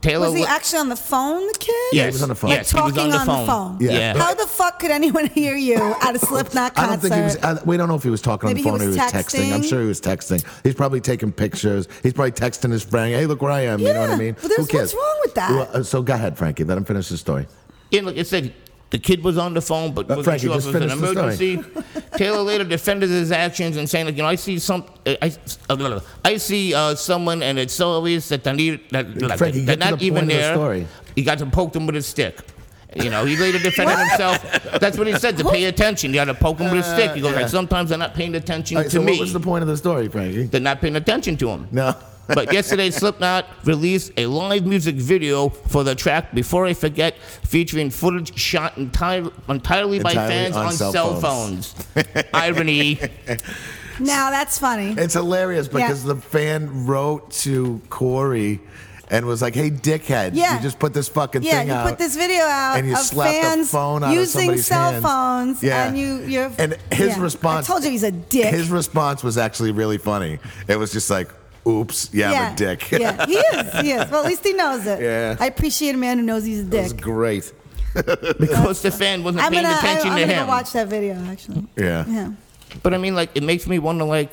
Speaker 3: Taylor
Speaker 2: Was he
Speaker 3: wa-
Speaker 2: actually on the phone, the kid?
Speaker 3: yes,
Speaker 1: he was on the phone.
Speaker 3: Yes, he was
Speaker 2: Talking
Speaker 3: on the phone.
Speaker 1: Yeah.
Speaker 2: How the fuck could anyone [laughs] hear you at a Slipknot concert?
Speaker 1: I don't think he [laughs] was. I, we don't know if he was talking
Speaker 2: Maybe he
Speaker 1: on the phone
Speaker 2: was
Speaker 1: or he was texting. I'm
Speaker 2: texting.
Speaker 1: sure he was texting. He's probably taking pictures. He's probably texting his friend, "Hey, look where I am." you know what I
Speaker 2: Yeah,
Speaker 1: mean?
Speaker 2: but there's-
Speaker 1: Who cares?
Speaker 2: what's wrong with that?
Speaker 1: Well, uh, so go ahead, Frankie. Let him finish the story.
Speaker 3: Yeah, like I said, the kid was on the phone, but
Speaker 1: Uh,
Speaker 3: wasn't
Speaker 1: Frankie,
Speaker 3: sure if
Speaker 1: just
Speaker 3: it was
Speaker 1: finish
Speaker 3: an
Speaker 1: the story.
Speaker 3: emergency. Taylor later defended his actions and saying, like, you know, I see some, uh, I, uh, blah, blah, blah. I see uh, someone, and it's so obvious that they need, that, like,
Speaker 1: Frankie,
Speaker 3: they're
Speaker 1: get to
Speaker 3: not
Speaker 1: the
Speaker 3: even
Speaker 1: point of the
Speaker 3: there.
Speaker 1: story.
Speaker 3: He got to poke them with a stick. You know, he later defended himself. That's what he said to pay attention. You got to poke them with a stick. He goes, like, sometimes they're not paying attention
Speaker 1: All
Speaker 3: to
Speaker 1: right, so
Speaker 3: me.
Speaker 1: what was the point of the story, Frankie?
Speaker 3: they're not paying attention to him.
Speaker 1: No.
Speaker 3: [laughs] but yesterday, Slipknot released a live music video for the track "Before I Forget," featuring footage shot entirely, entirely by
Speaker 1: Entirely
Speaker 3: fans
Speaker 1: on
Speaker 3: on,
Speaker 1: cell
Speaker 3: cell,
Speaker 1: phones.
Speaker 3: phones.
Speaker 1: [laughs]
Speaker 3: Irony.
Speaker 2: Now that's funny.
Speaker 1: It's hilarious
Speaker 2: Yeah.
Speaker 1: because the fan wrote to Corey and was like, "Hey, dickhead,
Speaker 2: Yeah.
Speaker 1: you just put this fucking
Speaker 2: yeah,
Speaker 1: thing
Speaker 2: you
Speaker 1: out."
Speaker 2: put this video out
Speaker 1: and you
Speaker 2: of
Speaker 1: slapped the
Speaker 2: fans
Speaker 1: phone out of
Speaker 2: using
Speaker 1: somebody's
Speaker 2: cell
Speaker 1: hand.
Speaker 2: phones.
Speaker 1: Yeah.
Speaker 2: and you, you're.
Speaker 1: And his
Speaker 2: yeah.
Speaker 1: response-
Speaker 2: I told you he's a dick.
Speaker 1: His response was actually really funny. It was just like, "Oops, yeah, I'm a dick." [laughs]
Speaker 2: yeah, he is. He is. Well, at least he knows it.
Speaker 1: Yeah.
Speaker 2: I appreciate a man who knows he's a
Speaker 1: it was
Speaker 2: dick.
Speaker 1: great.
Speaker 3: because the fan wasn't
Speaker 2: I'm
Speaker 3: paying
Speaker 2: gonna, I,
Speaker 3: attention
Speaker 2: I'm
Speaker 3: to
Speaker 2: gonna
Speaker 3: him.
Speaker 2: watch that video actually.
Speaker 1: Yeah.
Speaker 2: Yeah.
Speaker 3: But I mean, like, it makes me wonder, like,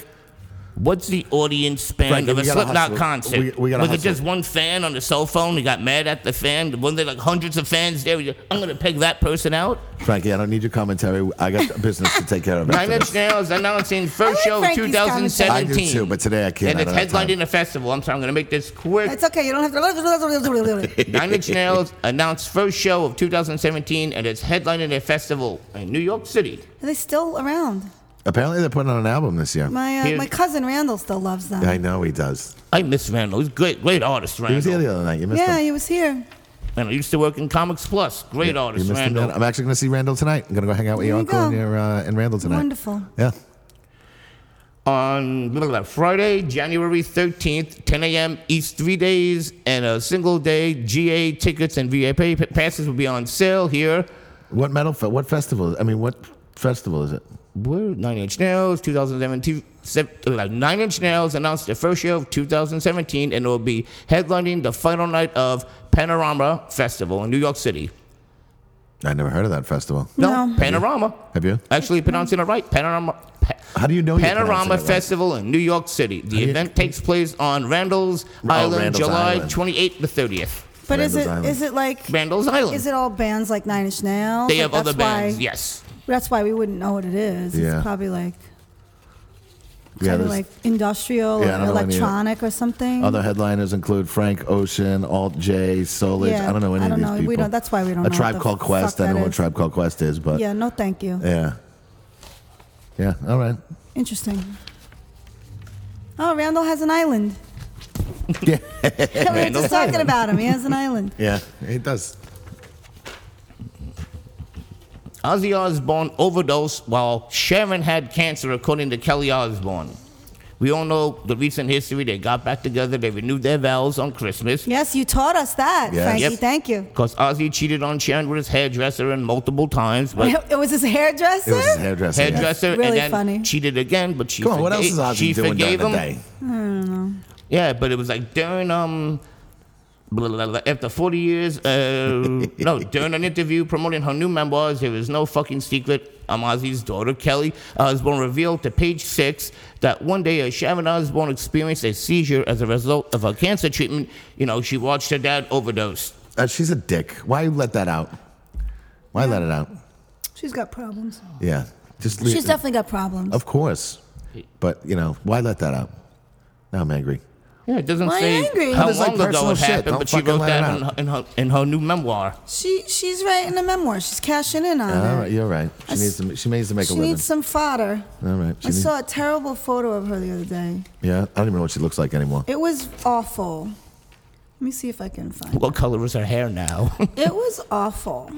Speaker 3: what's the audience span
Speaker 1: Frankie,
Speaker 3: of a
Speaker 1: we gotta
Speaker 3: Slipknot
Speaker 1: hustle.
Speaker 3: concert?
Speaker 1: We- we gotta
Speaker 3: was
Speaker 1: hustle.
Speaker 3: it just one fan on the cell phone who got mad at the fan? Wasn't there like hundreds of fans there? I'm gonna peg that person out.
Speaker 1: Frankie, I don't need your commentary. I
Speaker 2: [laughs]
Speaker 1: got business to take care of.
Speaker 3: Nine
Speaker 1: after
Speaker 3: Inch
Speaker 1: this.
Speaker 3: Nails announcing first
Speaker 2: I
Speaker 3: show
Speaker 2: like
Speaker 3: of
Speaker 2: Frankie's commentary.
Speaker 1: I
Speaker 3: 2017.
Speaker 1: do too, but today I can't.
Speaker 3: and
Speaker 1: I
Speaker 3: it's
Speaker 1: don't have time.
Speaker 3: headlined in a festival. I'm sorry, I'm going to make this quick.
Speaker 2: It's okay. You don't have
Speaker 1: [laughs]
Speaker 2: to.
Speaker 3: Nine Inch Nails announced first show of 2017, and it's headlined in a festival in New York City.
Speaker 2: Are they still around?
Speaker 1: Apparently, they're putting on an album this year.
Speaker 2: My uh,
Speaker 3: Here-
Speaker 2: my cousin Randall still loves them.
Speaker 1: I know he does.
Speaker 3: I miss Randall. He's a great, great artist,
Speaker 1: He was here
Speaker 3: Randall.
Speaker 1: the other night. You missed
Speaker 2: yeah,
Speaker 1: him.
Speaker 2: he was here.
Speaker 3: Randall used to work in Comics Plus. Great
Speaker 1: You
Speaker 3: artist,
Speaker 1: missed him.
Speaker 3: Randall.
Speaker 1: I'm actually going to see Randall tonight. I'm going to go hang out with your
Speaker 2: There you
Speaker 1: uncle and,
Speaker 2: go.
Speaker 1: your, uh, and Randall tonight.
Speaker 2: Wonderful.
Speaker 1: Yeah.
Speaker 3: on blah, blah, blah, Friday, January 13th, 10 a.m. each three days, and a single day GA tickets and VIP pa- passes will be on sale here.
Speaker 1: What metal? Fe- what festival? I mean, what festival is it?
Speaker 3: Where Nine Inch Nails, 2017. se- uh, Nine Inch Nails announced their first show of 2017 and will be headlining the final night of Panorama Festival in New York City.
Speaker 1: I never heard of that festival.
Speaker 3: No,
Speaker 2: No. Mm-hmm.
Speaker 3: Panorama.
Speaker 1: Have you?
Speaker 3: Actually, pronouncing it right. Panorama. pa-
Speaker 1: How do you know? you're pronouncing
Speaker 3: Panorama
Speaker 1: it right?
Speaker 3: Festival in New York City. The
Speaker 1: you- Oh,
Speaker 3: event takes place on Randall's Island,
Speaker 1: Randall's
Speaker 3: July
Speaker 1: Island.
Speaker 3: 28th to 30th.
Speaker 2: But is
Speaker 1: Randall's
Speaker 2: it
Speaker 1: Island.
Speaker 2: is it like
Speaker 3: Randall's Island.
Speaker 2: is it all bands like Nine Inch Nails?
Speaker 3: they
Speaker 2: Like,
Speaker 3: have other
Speaker 2: that's why-
Speaker 3: bands. Yes.
Speaker 2: That's why we wouldn't know what it is.
Speaker 1: Yeah.
Speaker 2: It's probably like
Speaker 1: Yeah,
Speaker 2: probably
Speaker 1: there's-
Speaker 2: like industrial
Speaker 1: Yeah, I don't
Speaker 2: or
Speaker 1: know any of-
Speaker 2: electronic or something.
Speaker 1: Other headliners include Frank Ocean, Alt J, Solage.
Speaker 2: Yeah,
Speaker 1: I don't know any
Speaker 2: I don't
Speaker 1: of these
Speaker 2: know. We
Speaker 1: people.
Speaker 2: don't- that's why we don't know
Speaker 1: A
Speaker 2: what
Speaker 1: Tribe
Speaker 2: the
Speaker 1: Called
Speaker 2: fuck
Speaker 1: Quest. I
Speaker 2: that
Speaker 1: know what
Speaker 2: is.
Speaker 1: Tribe Called Quest is, but yeah.
Speaker 2: yeah, no thank you.
Speaker 1: yeah, All right.
Speaker 2: Interesting. Oh, Randall has
Speaker 1: [laughs]
Speaker 2: an island. Yeah, we were
Speaker 3: Randall's
Speaker 2: just talking about him. He has an island.
Speaker 1: Yeah, it does.
Speaker 3: Ozzy Osbourne overdosed while Sharon had cancer, according to Kelly Osbourne. We all know the recent history. They got back together. They renewed their vows on Christmas.
Speaker 2: Yes, you taught us that,
Speaker 1: Yes.
Speaker 2: Frankie.
Speaker 3: Yep.
Speaker 2: Thank you.
Speaker 3: Because Ozzy cheated on Sharon with his hairdresser and multiple
Speaker 2: [laughs]
Speaker 3: times. But
Speaker 2: It was his hairdresser.
Speaker 1: It was his hairdresser. yeah.
Speaker 3: hairdresser
Speaker 2: Really
Speaker 3: and then
Speaker 2: funny.
Speaker 3: cheated again. But she
Speaker 1: Come on, what else
Speaker 3: forgave-
Speaker 1: is Ozzy
Speaker 3: she
Speaker 1: doing during
Speaker 3: forgave
Speaker 1: the
Speaker 3: him.
Speaker 1: day?
Speaker 3: Yeah, but it was like during um. Blah, blah, blah, after 40 years,
Speaker 1: [laughs]
Speaker 3: uh, no, during an interview promoting her new memoirs, there is no fucking secret. I'm Ozzy's daughter, Kelly Osbourne, revealed to Page Six that one day uh, Sharon Osbourne experienced a seizure as a result of her cancer treatment. You know, she watched her dad overdose.
Speaker 1: Uh, she's a dick. Why let that out? Why let it out?
Speaker 2: She's got problems.
Speaker 1: Yeah, just leave.
Speaker 2: She's definitely got problems.
Speaker 1: of course, but you know why let that out? Now I'm angry.
Speaker 3: Yeah, it doesn't
Speaker 2: Why are you
Speaker 3: say
Speaker 2: angry?
Speaker 3: how
Speaker 1: That's like
Speaker 3: long ago
Speaker 1: personal
Speaker 3: it
Speaker 1: shit.
Speaker 3: happened,
Speaker 1: Don't
Speaker 3: but she
Speaker 1: fucking
Speaker 3: wrote
Speaker 1: let it
Speaker 3: that in her,
Speaker 1: out.
Speaker 3: in, her, in her new memoir.
Speaker 2: She she's writing a memoir. She's cashing in on
Speaker 1: All
Speaker 2: it.
Speaker 1: right, you're right. She
Speaker 2: s-
Speaker 1: needs to. She needs to make
Speaker 2: She
Speaker 1: a living.
Speaker 2: needs some fodder.
Speaker 1: All right. She
Speaker 2: I
Speaker 1: needs,
Speaker 2: saw a terrible photo of her the other day.
Speaker 1: yeah, I don't even know what she looks like anymore.
Speaker 2: It was awful. Let me see if I can find it.
Speaker 3: What color is her hair now? [laughs]
Speaker 2: It was awful.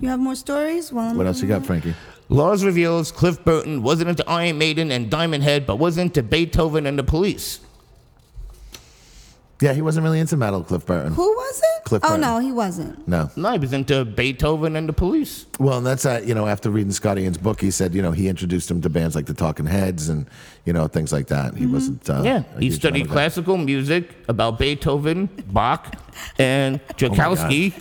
Speaker 2: You have more stories? Well, I'm
Speaker 1: What else you got, Frankie?
Speaker 3: Laws reveals Cliff Burton wasn't into Iron Maiden and Diamond Head, but was into Beethoven and the police.
Speaker 1: Yeah, he wasn't really into metal, Cliff Burton.
Speaker 2: Who was it?
Speaker 1: Cliff
Speaker 2: oh
Speaker 1: Burton.
Speaker 2: no, he wasn't.
Speaker 1: No.
Speaker 3: No, he was into Beethoven and the police.
Speaker 1: Well, and that's uh, you know after reading Scott Ian's book, he said you know he introduced him to bands like the Talking Heads and you know things like that.
Speaker 2: Mm-hmm.
Speaker 1: He wasn't. Uh,
Speaker 3: yeah,
Speaker 1: a
Speaker 3: he
Speaker 1: huge
Speaker 3: studied
Speaker 1: metal guy.
Speaker 3: classical music about Beethoven, Bach,
Speaker 1: [laughs] Oh
Speaker 3: and Tchaikovsky.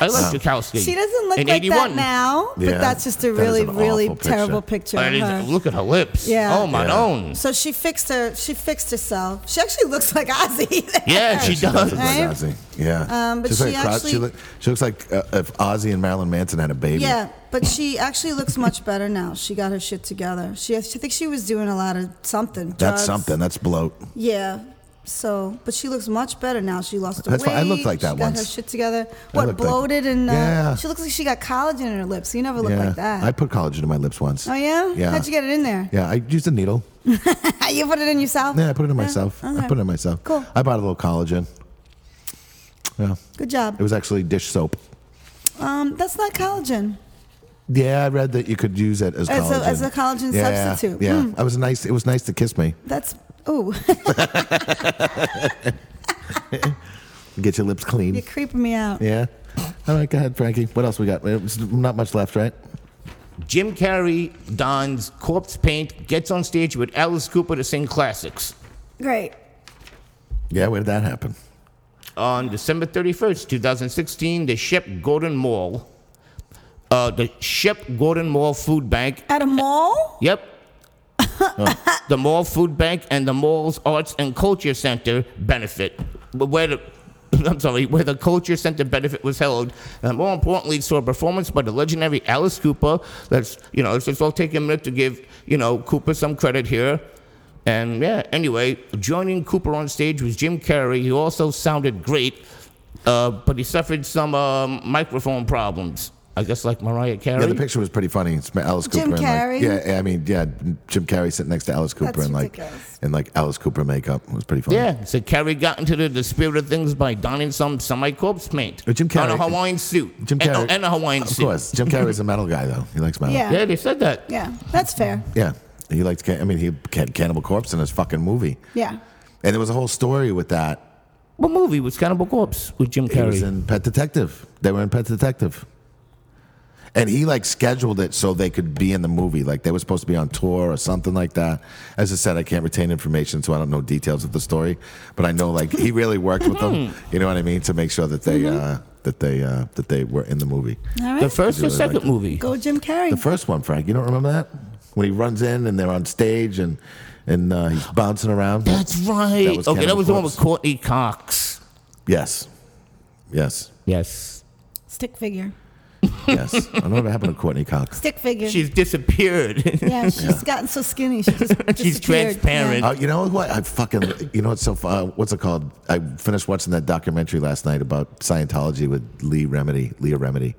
Speaker 3: I love Tchaikovsky.
Speaker 2: She doesn't look
Speaker 3: In
Speaker 2: like
Speaker 3: 81.
Speaker 2: that now. But
Speaker 1: Yeah.
Speaker 2: that's just
Speaker 1: That
Speaker 2: a
Speaker 1: is
Speaker 2: really,
Speaker 1: an
Speaker 2: really
Speaker 1: awful
Speaker 2: terrible picture
Speaker 3: And
Speaker 2: of her.
Speaker 3: he's- look at her lips.
Speaker 2: Yeah.
Speaker 3: Oh my
Speaker 1: Yeah.
Speaker 3: own.
Speaker 2: So she fixed her. She fixed herself. She actually looks like Ozzy. [laughs]
Speaker 3: Yeah, she does.
Speaker 1: Doesn't look
Speaker 2: Right?
Speaker 1: Ozzy. Yeah.
Speaker 2: Um, but
Speaker 1: She's
Speaker 2: she
Speaker 1: like, Cros- she,
Speaker 2: actually-
Speaker 1: look, she looks like uh, if Ozzy and Marilyn Manson had a baby.
Speaker 2: Yeah, but she actually looks much better now. She got her shit together. She, she thinks she was doing a lot of something.
Speaker 1: That's
Speaker 2: drugs.
Speaker 1: something. That's bloat.
Speaker 2: Yeah. So, but she looks much better now. She lost the
Speaker 1: That's
Speaker 2: weight.
Speaker 1: why I looked like that
Speaker 2: she Got her
Speaker 1: once.
Speaker 2: shit together.
Speaker 1: looked
Speaker 2: What
Speaker 1: like-
Speaker 2: bloated and uh,
Speaker 1: Yeah.
Speaker 2: she looks like she got collagen in her lips. You never look
Speaker 1: yeah.
Speaker 2: like that.
Speaker 1: I put collagen in my lips once.
Speaker 2: oh yeah?
Speaker 1: Yeah.
Speaker 2: How'd you get it in there?
Speaker 1: Yeah, I used a needle.
Speaker 2: [laughs] you put it in yourself.
Speaker 1: Yeah, I put it in myself. I
Speaker 2: okay.
Speaker 1: put it in myself.
Speaker 2: Cool.
Speaker 1: I bought a little collagen. Yeah.
Speaker 2: Good job.
Speaker 1: It was actually dish soap.
Speaker 2: Um, that's not collagen.
Speaker 1: Yeah, I read that you could use it as
Speaker 2: As a-
Speaker 1: collagen.
Speaker 2: as a collagen
Speaker 1: yeah,
Speaker 2: substitute. Hmm.
Speaker 1: Yeah, I was nice. It was nice to kiss me.
Speaker 2: That's ooh, [laughs]
Speaker 1: Get your lips clean.
Speaker 2: you're creeping me out.
Speaker 1: [laughs] Yeah. All right, go ahead, Frankie. What else we got? It's not much left, right?
Speaker 3: Jim Carrey dons corpse paint, gets on stage with Alice Cooper to sing classics.
Speaker 2: Great.
Speaker 1: Yeah, where did that happen?
Speaker 3: on December 31st, 2016, the Ship Gordon Mall, uh, the Ship Gordon Mall Food Bank,
Speaker 2: At a mall?
Speaker 3: yep, Uh, the Mall Food Bank and the Mall's Arts and Culture Center benefit, where the [laughs] I'm sorry, where the Culture Center benefit was held, and more importantly, saw a performance by the legendary Alice Cooper. Let's, you know, let's just all take a minute to give, you know, Cooper some credit here. And yeah, anyway, joining Cooper on stage was Jim Carrey, who also sounded great, uh, but he suffered some um, microphone problems. I guess like Mariah Carey.
Speaker 1: Yeah, the picture was pretty funny. It's Alice Cooper.
Speaker 2: Jim
Speaker 1: and
Speaker 2: Carrey?
Speaker 1: Like, yeah, I mean, yeah, Jim Carrey sitting next to Alice Cooper
Speaker 2: That's
Speaker 1: and like,
Speaker 2: ridiculous.
Speaker 1: and like Alice Cooper makeup It was pretty funny.
Speaker 3: Yeah, so Carrie got into the, the spirit of things by donning some semi-corpse paint
Speaker 1: But Uh, Jim
Speaker 3: on a
Speaker 1: Carrey-
Speaker 3: Hawaiian suit.
Speaker 1: Jim
Speaker 3: And-
Speaker 1: Carrey,
Speaker 3: and, a Hawaian
Speaker 1: of
Speaker 3: suit.
Speaker 1: course. Jim Carrey's a metal guy though. He likes metal.
Speaker 2: Yeah.
Speaker 3: Yeah, they said that.
Speaker 2: Yeah, that's fair.
Speaker 1: Yeah. He liked. Can- I mean, he had Cannibal Corpse in his fucking movie,
Speaker 2: Yeah.
Speaker 1: and there was a whole story with that.
Speaker 3: What movie was Cannibal Corpse with Jim
Speaker 1: He was
Speaker 3: Carrey?
Speaker 1: in Pet Detective. They were in Pet Detective. And he like scheduled it so they could be in the movie. Like they were supposed to be on tour or something like that. As I said, I can't retain information, so I don't know details of the story. But I know like he really worked with them. You know what I mean? To make sure that they uh, that they uh, that they were in the movie.
Speaker 2: All
Speaker 3: The
Speaker 2: right.
Speaker 3: first or
Speaker 1: Really
Speaker 3: second
Speaker 1: liked it.
Speaker 3: movie?
Speaker 2: Go Jim Carrey.
Speaker 1: The first one, Frank. You don't remember that when he runs in and they're on stage and and uh, he's bouncing around.
Speaker 3: That's right.
Speaker 1: That was
Speaker 3: okay, that
Speaker 1: Cannibal
Speaker 3: was the one
Speaker 1: Corpse.
Speaker 3: with Courtney Cox.
Speaker 1: Yes, yes,
Speaker 3: Yes.
Speaker 2: Stick figure.
Speaker 1: yes. I don't know what happened to Courtney Cox.
Speaker 2: Stick figure.
Speaker 3: She's disappeared. [laughs]
Speaker 1: [laughs]
Speaker 2: yeah, she's gotten so skinny. She just
Speaker 3: She's
Speaker 2: disappeared.
Speaker 3: transparent.
Speaker 1: Uh, you know what? I fucking. You know what's so far? What's it called? I finished watching that documentary last night about Scientology with Lee Remedy, Leah Remedy,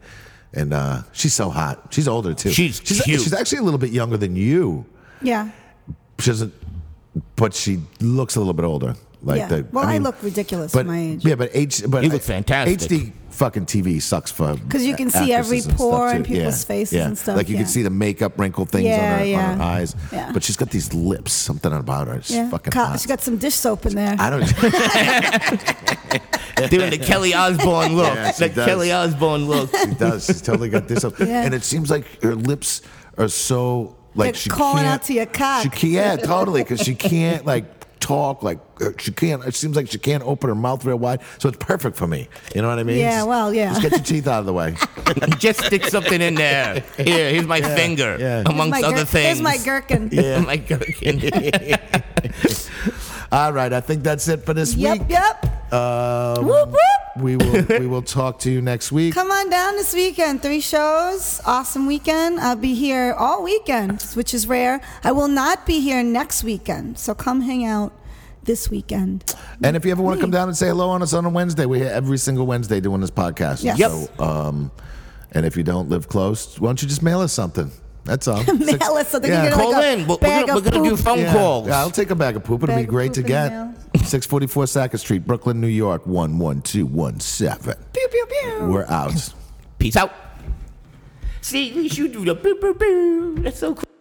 Speaker 1: and uh, she's so hot. She's older too.
Speaker 3: She's
Speaker 1: she's,
Speaker 3: cute.
Speaker 1: she's actually a little bit younger than you.
Speaker 2: Yeah. yeah.
Speaker 1: She doesn't, but she looks a little bit older. Like
Speaker 2: Yeah.
Speaker 1: the,
Speaker 2: well, I,
Speaker 1: mean,
Speaker 2: look ridiculous
Speaker 1: but
Speaker 2: at my age.
Speaker 1: yeah, but H, but
Speaker 3: You look fantastic.
Speaker 1: HD fucking TV sucks for
Speaker 2: Because you can see every
Speaker 1: actresses and stuff,
Speaker 2: pore
Speaker 1: too.
Speaker 2: in people's
Speaker 1: Yeah,
Speaker 2: faces
Speaker 1: yeah.
Speaker 2: and stuff,
Speaker 1: Like you
Speaker 2: yeah.
Speaker 1: can see the makeup wrinkle things
Speaker 2: Yeah,
Speaker 1: on, her,
Speaker 2: yeah.
Speaker 1: on her eyes.
Speaker 2: Yeah.
Speaker 1: But she's got these lips, something about her. It's
Speaker 2: Yeah.
Speaker 1: fucking
Speaker 2: Co-
Speaker 1: hot.
Speaker 2: She's got some dish soap in there.
Speaker 1: I don't.
Speaker 3: Doing the Kelly Osbourne look.
Speaker 1: Yeah, she
Speaker 3: the
Speaker 1: does.
Speaker 3: Kelly Osbourne look.
Speaker 1: She does. She's totally got this up.
Speaker 2: [laughs] Yeah.
Speaker 1: And it seems like her lips are so like
Speaker 2: They're
Speaker 1: she
Speaker 2: calling
Speaker 1: can't,
Speaker 2: out to your cock.
Speaker 1: She can't yeah, totally because she can't like talk like uh, she can't. It seems like she can't open her mouth real wide. So it's perfect for me. You know what I mean?
Speaker 2: Yeah,
Speaker 1: Just-
Speaker 2: well, yeah.
Speaker 1: Just
Speaker 2: [laughs]
Speaker 1: get your teeth out of the way.
Speaker 3: Just stick something in there. Here, here's my finger,
Speaker 1: yeah. Here's
Speaker 2: Here's
Speaker 3: amongst
Speaker 2: my
Speaker 3: other
Speaker 2: gir-
Speaker 3: things.
Speaker 2: Here's my gherkin.
Speaker 3: [laughs] my [laughs] gherkin.
Speaker 1: All right, I think that's it for this
Speaker 2: Yep,
Speaker 1: week.
Speaker 2: yep.
Speaker 1: Um,
Speaker 2: Whoop, whoop.
Speaker 1: We will we will talk to you next week.
Speaker 2: Come on down this weekend. Three shows. Awesome weekend. I'll be here all weekend, which is rare. I will not be here next weekend. So come hang out this weekend.
Speaker 1: And if you ever want to come down and say hello on us on a Wednesday, we're here every single Wednesday doing this podcast.
Speaker 2: Yes.
Speaker 3: Yep.
Speaker 1: So, um, and if you don't live close, why don't you just mail us something? That's
Speaker 2: [laughs]
Speaker 1: all.
Speaker 2: Mail us something. You
Speaker 1: Yeah.
Speaker 2: get a
Speaker 1: Call
Speaker 3: Call in. We're,
Speaker 2: bag of
Speaker 3: going to do
Speaker 2: poop.
Speaker 3: phone
Speaker 1: Yeah.
Speaker 3: calls.
Speaker 1: Yeah, I'll take a bag of poop. It'll be
Speaker 2: Bag of
Speaker 1: great to
Speaker 2: poop in the
Speaker 1: get.
Speaker 2: mail.
Speaker 1: 644 Sackett Street, Brooklyn, New York, 11217.
Speaker 2: Pew, pew, pew.
Speaker 1: We're out.
Speaker 3: Peace out. See, we should do the boo boo boo. That's so cool.